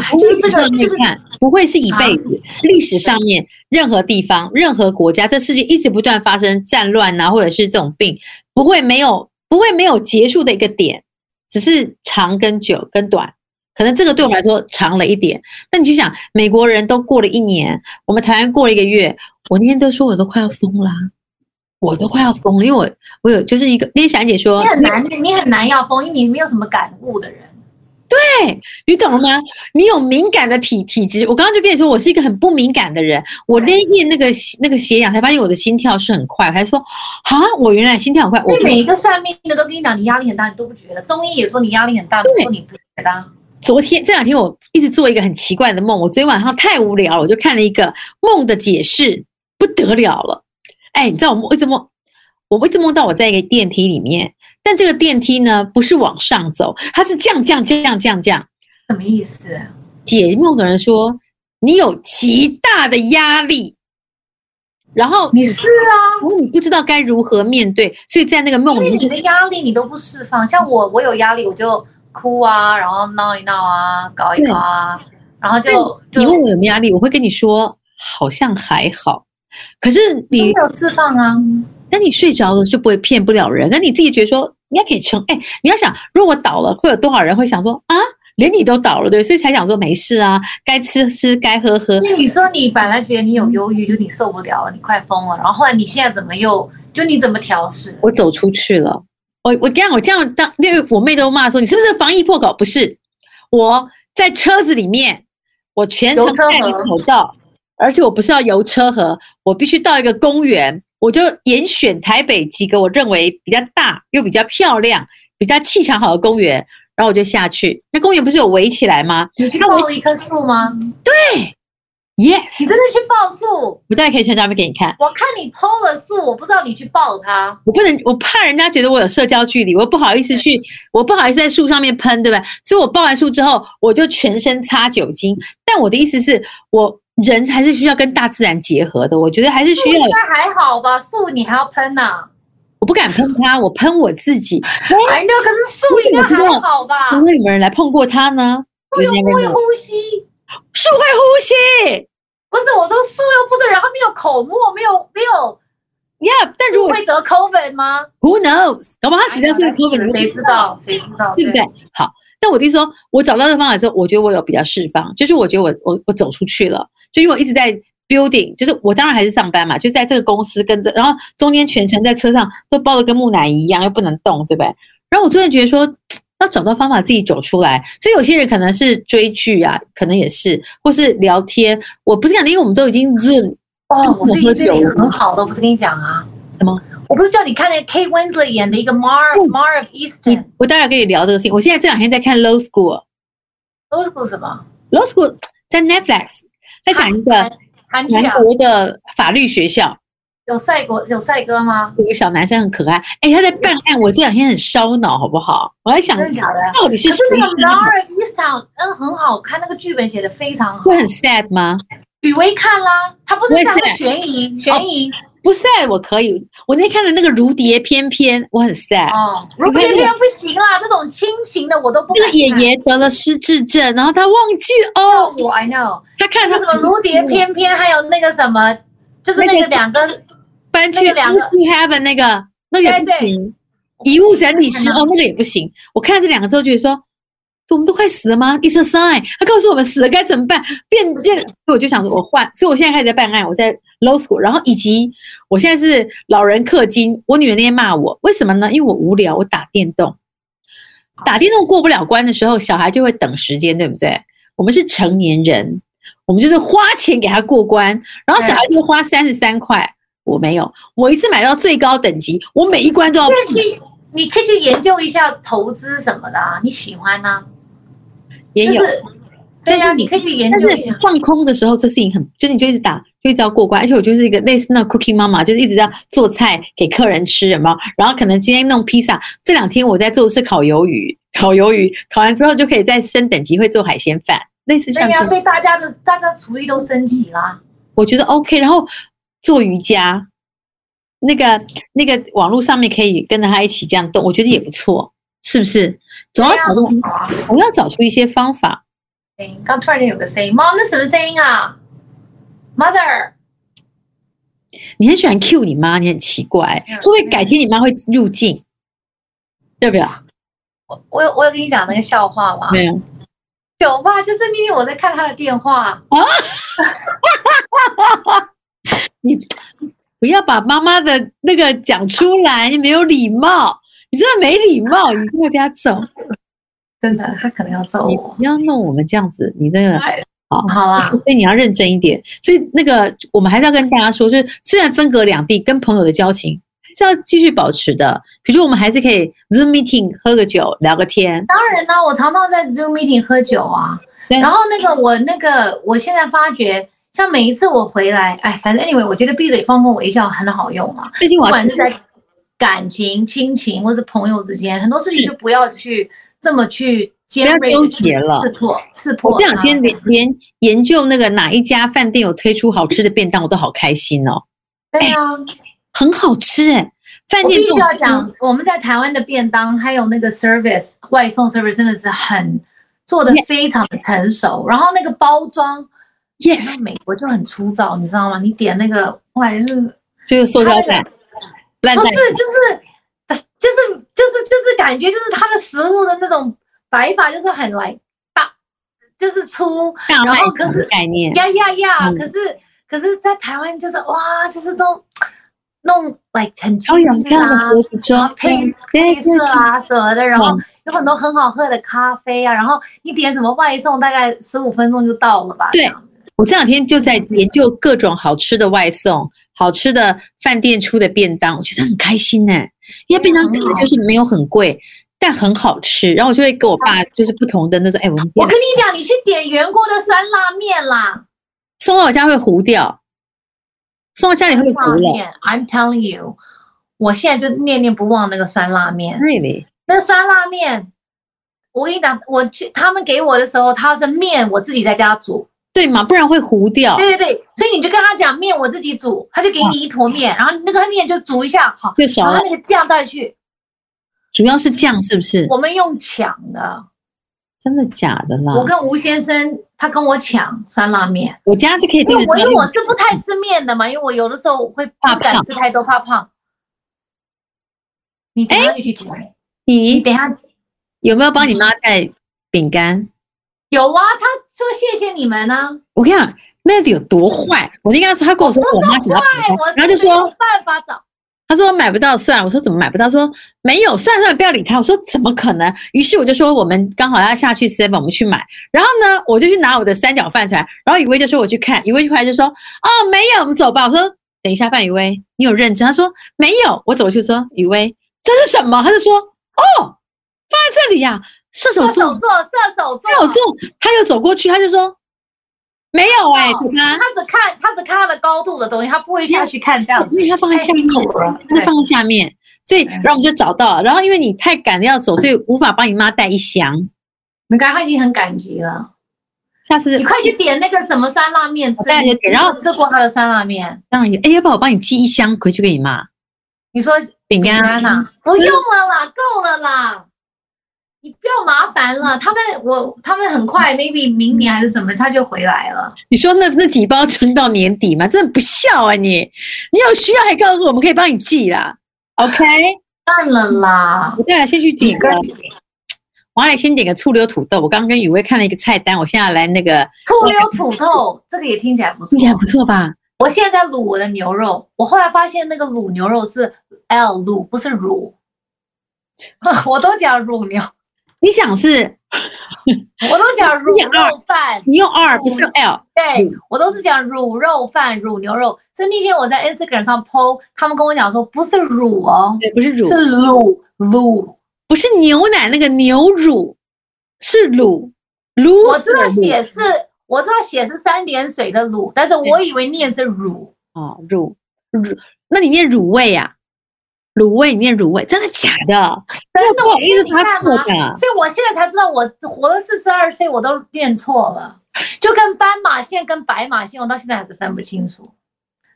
S1: 你从
S2: 就
S1: 历
S2: 是
S1: 史
S2: 这个
S1: 上
S2: 就
S1: 面
S2: 是啊
S1: 看，不会是一辈子。历史上面任何地方、任何国家，这世界一直不断发生战乱啊，或者是这种病，不会没有不会没有结束的一个点，只是长跟久跟短。可能这个对我们来说长了一点，那你就想，美国人都过了一年，我们台湾过了一个月，我那天都说我都快要疯啦、我都快要疯了，因为我我有就是一个那天小安姐说，
S2: 你很难你很难要封，因为你没有什么感悟的人。
S1: 你懂了吗？你有敏感的体体质。我刚刚就跟你说，我是一个很不敏感的人。我那一夜那个那个血氧，才发现我的心跳是很快，我还说啊，我原来心跳很快。我
S2: 因
S1: 不
S2: 为每一个算命的都跟你讲你压力很大，你都不觉得。中医也说你压力很大，
S1: 对
S2: 你说你不觉得啊。
S1: 昨天这两天我一直做一个很奇怪的梦，我昨天晚上太无聊了，我就看了一个梦的解释，不得了了。哎，你知道我梦我一直梦，我一直梦到我在一个电梯里面，但这个电梯呢不是往上走，它是这样这样这样这样这样。
S2: 什么意思？
S1: 解梦的人说，你有极大的压力，然后
S2: 你是啊，
S1: 然后你不知道该如何面对，所以在那个梦
S2: 因
S1: 里
S2: 为
S1: 面
S2: 你
S1: 就
S2: 的
S1: 是
S2: 压力你都不释放。像我，我有压力我就哭啊，然后闹一闹啊，搞一搞啊，然后就就
S1: 你问我有没有压力，我会跟你说好像还好，可是
S2: 都
S1: 你
S2: 没有释放啊。
S1: 那你睡着了就不会骗不了人，那你自己觉得说你要给撑，哎，你要想如果我倒了，会有多少人会想说啊，连你都倒了，对，所以才想说没事啊，该吃吃，该喝喝，
S2: 那你说你本来觉得你有忧郁，就你受不了了，你快疯了，然后后来你现在怎么又就你怎么调试？
S1: 我走出去了。我我这样我这样当，因为我妹都骂说你是不是防疫破口？不是，我在车子里面，我全程
S2: 游车河
S1: 戴着口罩，而且我不是要游车河，我必须到一个公园，我就严选台北几个我认为比较大又比较漂亮、比较气场好的公园，然后我就下去。那公园不是有围起来吗
S2: 你去抱了一棵树吗？
S1: ？Yes，
S2: 你真的去抱树？
S1: 我待会可以传照片给你看。
S2: 我看你剖了树，我不知道你去抱它。
S1: 我不能，我怕人家觉得我有社交距离，我不好意思去，我不好意思在树上面喷，对不对？所以我抱完树之后，我就全身擦酒精。但我的意思是，我人还是需要跟大自然结合的，我觉得还是需要
S2: 应，该还好吧？树你还要喷呐、
S1: 我不敢喷它，我喷我自己。
S2: 哎呦，可是树应该还好吧？
S1: 会不会有没有人来碰过它呢？
S2: 树又
S1: You
S2: 不
S1: never
S2: 啊会啊
S1: know
S2: 呼吸，
S1: 是会呼吸
S2: 不是我说树又不是人，它没有口沫，没有没有，
S1: ，Yeah，但如
S2: 树
S1: 果
S2: 会得 COVID 吗？
S1: Who knows，搞不好它死掉是不是 COVID？
S2: 谁知？道？谁知道？
S1: 对不对？好，但我弟说，我找到这个方法之后，我觉得我有比较释放，就是我觉得我我我走出去了，就因为我一直在 building，就是我当然还是上班嘛，就在这个公司跟着，然后中间全程在车上都包的跟木乃伊一样，又不能动，对不对？然后我真的觉得说。嘖要找到方法自己走出来，所以有些人可能是追剧啊，可能也是，或是聊天。我不是讲，因为我们都已经 Zoom
S2: 哦，我最
S1: 我喝酒
S2: 近追了一个很好的，我不是跟你讲啊？
S1: 什么？
S2: 我不是叫你看那个 Kate Winslet 演的一个 Mar、
S1: 嗯
S2: Mar of
S1: 你
S2: Easton，
S1: 我待会儿跟你聊这个事情。我现在这两天在看 Low School，Low
S2: 都是什么
S1: School 在 Netflix，在讲一个
S2: 韩剧啊
S1: 韩？国的法律学校，
S2: 有帅哥有帅哥吗？
S1: 有个小男生很可爱，哎，他在办案，我这两天很烧脑，好不好？我在想
S2: 真的假的？
S1: 到底是
S2: 可
S1: 谁
S2: 是那个
S1: 杀的？
S2: Mar of Easton，嗯，很好看，那个剧本写的非常好。
S1: 会很 sad 吗？
S2: 雨薇看啦，她不是
S1: 我也
S2: 讲的
S1: 是哦
S2: 悬疑，悬疑
S1: 不 sad 我可以，我那天看的那个《如蝶翩翩》，我很 sad。
S2: 哦。如
S1: 我
S2: 果
S1: 看
S2: 这
S1: 那
S2: 边不行啦，这种亲情的我都不
S1: 那
S2: 敢
S1: 个爷
S2: 看。
S1: 爷得了失智症，然后他忘记哦，
S2: 我 I know，
S1: 他看他
S2: 那个什么如蝶翩翩，还有那个什么，就是
S1: 那
S2: 那
S1: 个
S2: 个两个，
S1: 搬去
S2: 那个两个
S1: to heaven 那个那个也不
S2: 对对
S1: 行，遗物整理师哦那个也不行。我看了这两个之后，觉得说我们都快死了吗？It's a sign，他告诉我们死了该怎么办，变
S2: 不是
S1: 变。所以我就想说，我换，所以我现在开始在办案，我在 low school，然后以及我现在是老人氪金。我女儿那天骂我，为什么呢？因为我无聊，我打电动。打电动过不了关的时候，小孩就会等时间，对不对？我们是成年人，我们就是花钱给他过关，然后小孩就花三十三块。我没有，我一次买到最高等级，我每一关都要
S2: 现在去你可以去研究一下投资什么的啊，你喜欢呐？
S1: 也
S2: 就
S1: 有。
S2: 是对
S1: 但
S2: 呀，
S1: 是
S2: 你可以去研
S1: 但
S2: 究一下
S1: 是。放空的时候，这事情很，就是你就一直打，就一直要过关，而且我就是一个类似那 cooking 妈妈，就是一直要做菜给客人吃，有没有？然后可能今天弄披萨，这两天我在做的是烤鱿鱼，烤鱿鱼，烤完之后就可以再升等级，会做海鲜饭，类似像这
S2: 对呀，
S1: 样，
S2: 所以大家的大家厨艺都升级啦。
S1: 我觉得 OK。然后做瑜伽，那个那个网络上面可以跟着他一起这样动，我觉得也不错，是不是？总要
S2: 对呀
S1: 找出，
S2: 好啊
S1: 我要找出一些方法。
S2: 嗯刚突然间有个声音，妈，那什么声音啊？Mother，
S1: 你很喜欢 cue 你妈，你很奇怪，
S2: 嗯
S1: 会不会改天你妈会入境？要不要？
S2: 啊我我有我有跟你讲那个笑话吗？
S1: 没有，
S2: 有吧，就是因为我在看他的电话，
S1: 不要把妈妈的那个讲出来，你没有礼貌，你真的没礼貌，你真的不要走，
S2: 真的，他可能要揍
S1: 你
S2: 我。
S1: 不要弄我们这样子，你那个。
S2: 哎
S1: 好
S2: 好啦，
S1: 啊所以你要认真一点。所以那个，我们还是要跟大家说，就是虽然分隔两地，跟朋友的交情还是要继续保持的。比如说，我们还是可以 Zoom meeting 喝个酒，聊个天。
S2: 当然啦，我常常在 Zoom meeting 喝酒啊。
S1: 对
S2: 然后那个我那个，我现在发觉，像每一次我回来，哎，反正 anyway，我觉得闭着放空微笑很好用啊。
S1: 最近
S2: 不
S1: 我要
S2: 管是在感情、亲情或是朋友之间，很多事情就不要去这么去尖
S1: 要
S2: 锐
S1: 纠
S2: 的去
S1: 结了
S2: 刺破刺破
S1: 我
S2: 它。
S1: 这两天连连研究那个哪一家饭店有推出好吃的便当，我都好开心哦，
S2: 对啊，
S1: 很好吃哎、饭
S2: 我
S1: 店
S2: 必须要
S1: 这种
S2: 讲，我们在台湾的便当还有那个 service 外送 service 真的是很做的
S1: Yeah
S2: 非常的成熟，然后那个包装，你知
S1: ，yes，
S2: 道美国就很粗糙，你知道吗？你点那个哇，就是
S1: 就是塑胶袋，烂
S2: 不
S1: 蛋
S2: 是，就是，呃就是，就是，就是感觉就是它的食物的那种摆法就是很来大，就是粗
S1: 大
S2: 然
S1: 卖
S2: 后
S1: 场
S2: 可是
S1: 的概念，
S2: 呀呀呀！
S1: 嗯
S2: 可是，可是在台湾就是哇，就是都弄 like 很精
S1: 超阳
S2: 致
S1: 亮的哎
S2: 啊，
S1: 盒子
S2: 然后
S1: 装，
S2: 配
S1: 对
S2: 配色，啊什么的，然后
S1: 嗯
S2: 有很多很好喝的咖啡啊，然后你点什么外送，大概十五分钟就到了吧？
S1: 对
S2: 这样子
S1: 我这两天就在
S2: 嗯
S1: 研究各种好吃的外送、好吃的饭店出的便当，我觉得很开心呢、因为便当可能就是没有很贵，但很好吃。然后我就会给我爸就是不同的那种，哎，我们
S2: 嗯我跟你讲，你去点原锅的酸辣面啦，
S1: 送到我家会糊掉，送到家里
S2: 酸
S1: 会糊
S2: 辣
S1: 了。
S2: 面，I'm telling you，我现在就念念不忘那个酸辣面，
S1: Really？
S2: 那酸辣面。我跟你讲，我去他们给我的时候，它是面我自己在家煮，
S1: 对嘛，不然会糊掉。
S2: 对对对，所以你就跟他讲面我自己煮，他就给你一坨面，
S1: 啊
S2: 然后那个面就煮一下，好，
S1: 就熟
S2: 然后
S1: 了
S2: 他，那个酱倒进去，
S1: 主要是酱是不是？
S2: 我们用抢的，
S1: 啊真的假的啦？
S2: 我跟吴先生他跟我抢酸辣面，
S1: 我家是可以
S2: 因
S1: 订
S2: 为
S1: 得
S2: 我因为
S1: 到
S2: 我是不太吃面的嘛，因为我有的时候会
S1: 怕
S2: 不敢
S1: 胖
S2: 吃太多，怕胖。你等一下
S1: 哎
S2: 就去点，你
S1: 你
S2: 等一下
S1: 有没有帮你
S2: 嗯
S1: 妈带饼干？
S2: 有啊，他说谢谢你们啊，
S1: 我跟你讲，Melody 有多 坏，我就跟他说，他跟我说我妈想要
S2: 哎，
S1: 饼
S2: 我
S1: 干，
S2: 是
S1: 然后就
S2: 没
S1: 说
S2: 有办法找，
S1: 他说买不到算了，我说怎么买不到？说没有算了算了，不要理他。我说怎么可能？于是我就说我们刚好要下去 seven，我们去买。然后呢，我就去拿我的三角饭出来，然后雨薇就说我去看，雨薇就回来就说哦没有，我们走吧。我说等一下，范雨薇，你有认真？他说没有，我走去说雨薇这是什么？他就说哦放在这里呀、射手
S2: 射
S1: 座
S2: 手，座，射手座，
S1: 射手座，他又走过去，他就说没有哎、欸，
S2: 哦
S1: 爸爸
S2: 他只看他只看它的高度的东西，他不会下去看这样子。
S1: 因为它放在下面，
S2: 太辛苦了
S1: 它是放在下面，所以
S2: 对
S1: 然后我们就找到了。然后因为你太赶着要走，所以无法帮你妈带一箱。
S2: 你看他已经很感激了，
S1: 下次
S2: 你快去点那个什么酸辣面吃
S1: 我带你去，点
S2: 你有
S1: 然后
S2: 吃过他的酸辣面，
S1: 当然有，哎，要不要我帮你寄一箱回去给你妈？
S2: 你说
S1: 饼干
S2: 安
S1: 啊
S2: 呐，，不用了啦，够了啦，你不要麻烦了。他们我他们很快，maybe 明年还是什么，他就回来了。
S1: 你说那那几包撑到年底吗？真的不孝啊你！你有需要还告诉我们可以帮你寄啦。OK，
S2: 算了啦
S1: 我，待会先去点个，我来先点个醋溜土豆。我刚刚跟雨薇看了一个菜单，我现在要来那个，
S2: 醋溜土豆这个也听起来不错
S1: 听起。来不错吧？
S2: 我现在在卤我的牛肉，我后来发现那个卤牛肉是 L 卤， 不是乳。我都讲乳牛，
S1: 你想是，
S2: 我都 讲嗯乳肉饭，
S1: 你用 R 不是
S2: 哦
S1: 用 L，
S2: 对我都是讲乳肉饭、乳牛肉。所以那天我在 Instagram 上 PO，他们跟我讲说不是乳哦，
S1: 对，不是乳，
S2: 是卤卤。
S1: 不是牛奶那个牛乳，是卤卤。
S2: 我知道写是，我知道写是三点水的卤，但是我以为念是乳。
S1: 哦，乳乳，那你念乳味呀、乳味，你念乳味，真的假的？
S2: 真
S1: 那
S2: 的，
S1: 不
S2: 我
S1: 好意思，
S2: 你看啊
S1: 他错
S2: 嘛。
S1: 的。
S2: 所以我现在才知道，我活了四十二岁，我都念错了，就跟斑马线跟白马线，我到现在还是分不清楚，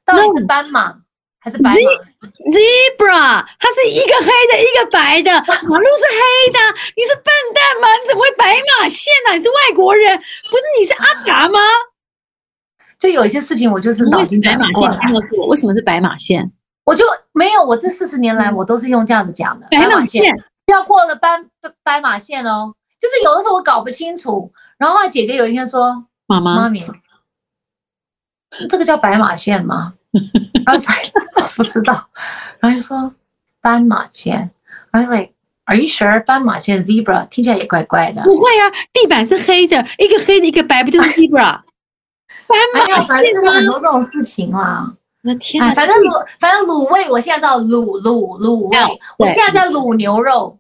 S2: 到底是斑马还是白马？
S1: Zebra，它是一个黑的，一个白 的，马路是黑的，你是笨蛋吗？你怎么会白马线呢、你是外国人，不是你是阿达吗？
S2: 就有一些事情，我就是脑
S1: 为什
S2: 筋
S1: 么
S2: 转
S1: 白
S2: 不
S1: 马
S2: 过
S1: 线？
S2: 来
S1: 你告诉我，为什么是白马线？
S2: 我就没有，我这四十年来，我都是用这样子讲的。
S1: 嗯白
S2: 马
S1: 马线，
S2: 要过了斑斑马线哦，就是有的时候我搞不清楚，然后后来姐姐有一天说，
S1: 妈妈
S2: 妈，咪，这个叫白马线吗？然后说我不知道，然后就说斑马线，然后 like Are you sure 斑马线 zebra 听起来也怪怪的。
S1: 不会啊，地板是黑的，一个黑的，一个白，不就是 Zebra？白
S2: 哎呀
S1: 马，
S2: 反正
S1: 线
S2: 就是
S1: 吗
S2: 很？多这种事情啦。
S1: 我的天
S2: 哎，
S1: 哪！
S2: 反正卤，反正卤味，我现在知道卤卤卤味
S1: L，
S2: 我
S1: 对
S2: 现在在卤牛肉，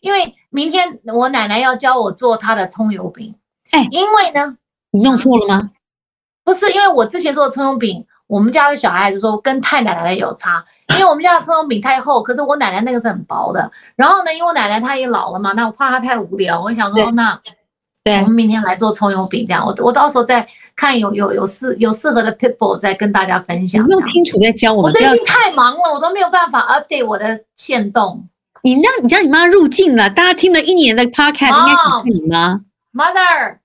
S2: 因为明天我奶奶要教我做她的葱油饼。
S1: 哎
S2: 因为呢，
S1: 你弄错了吗？
S2: 不是因为我之前做的葱油饼，我们家的小孩子说跟太奶奶有差，因为我们家的葱油饼太厚，可是我奶奶那个是很薄的。然后呢，因为我奶奶她也老了嘛，那我怕她太无聊，我想说、
S1: 对
S2: 哦那
S1: 对
S2: 我们明天来做葱油饼这样。我我到时候再看有有有适有适合的 people 再跟大家分
S1: 你
S2: 享这
S1: 弄
S2: 样。
S1: 清楚再教我
S2: 我
S1: 们，不
S2: 最
S1: 要
S2: 近太忙了，我都没有办法 update 我的线动。
S1: 你让你让你妈入境了，大家听了一年的 podcast，、应该想
S2: 哦
S1: 看你妈，
S2: Mother,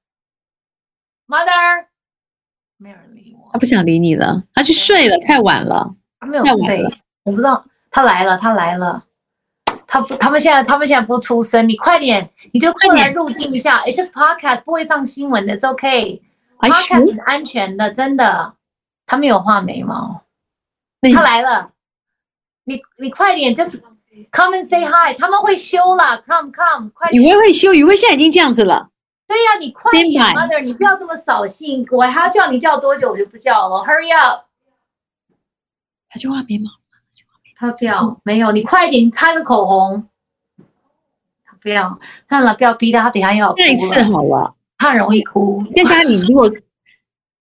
S2: mother，没有人理
S1: 她
S2: 我，
S1: 不想理你了，她去
S2: 嗯
S1: 睡了，太晚了。
S2: 他没有
S1: 太晚
S2: 睡
S1: 了，
S2: 我不知道他来了，他来了，他不，他们现在他们现在不出声，你快点，你就过
S1: 快
S2: 来
S1: 点
S2: 入境一下。It's just podcast，不会上新闻的，It's okay。
S1: 哎
S2: Podcast
S1: 呦，
S2: 很安全的，真的。他没有画眉毛，
S1: 那你
S2: 他来了，你你快点，just come and say hi，他们会修啦，come come，快点
S1: 雨。薇会修，雨薇现在已经这样子了。
S2: 对呀、你快
S1: 先
S2: 点
S1: 买
S2: ，mother，你不要这么扫兴。我还要叫你叫多久，我就不叫了。Hurry up！
S1: 她就画眉毛，
S2: 他不要，没有，你快点，你擦个口红。他不要，算了，不要逼他，他等一下要哭
S1: 下一次
S2: 了，
S1: 好了。
S2: 他很容易哭。
S1: 在家里，如果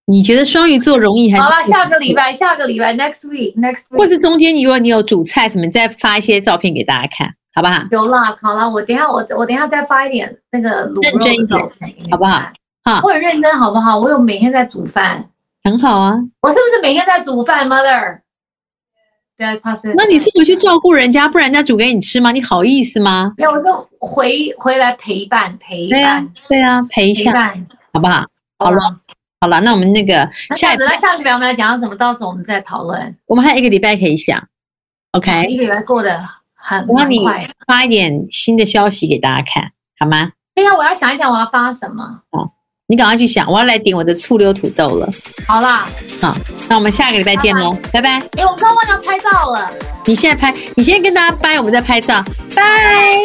S1: 你觉得双鱼座容易，还是
S2: 好了，下个礼拜，下个礼拜，next week，next
S1: 或
S2: week，
S1: 是中间，如果你有煮菜什么，你再发一些照片给大家看，好不好？
S2: 有啦，好啦，我等一下我我等一下再发一点那个卤
S1: 认真
S2: 肉
S1: 一点
S2: 的照片给你
S1: 好不好
S2: 看？
S1: 哈
S2: 我很认真，好不好？我有每天在煮饭，
S1: 很好啊。
S2: 我是不是每天在煮饭，mother？对，他是。
S1: 那你是回去照顾人家，不然人家煮给你吃吗？你好意思吗？
S2: 没有，我是回回来陪伴陪
S1: 对呀、
S2: 伴、
S1: 对呀、陪一
S2: 陪
S1: 下，
S2: 伴。啊
S1: 好不好？好了，好了，那我们那个
S2: 那这
S1: 下
S2: 样
S1: 一
S2: 子，
S1: 拜
S2: 那下礼拜我们要讲什么？到时候我们再讨论。
S1: 我们还有一个礼拜可以想，OK？
S2: 一个礼拜过得很
S1: 哎我帮
S2: 蛮
S1: 你
S2: 快的。
S1: 发一点新的消息给大家看，好吗？
S2: 对呀，我要想一想我要发什么。
S1: 你赶快去想，我要来点我的醋溜土豆了。
S2: 好啦，
S1: 好，那我们下个礼拜见喽，拜拜！
S2: 哎，我刚刚忘了拍照了。
S1: 你现在拍，你现在跟大家掰，我们在拍照，拜。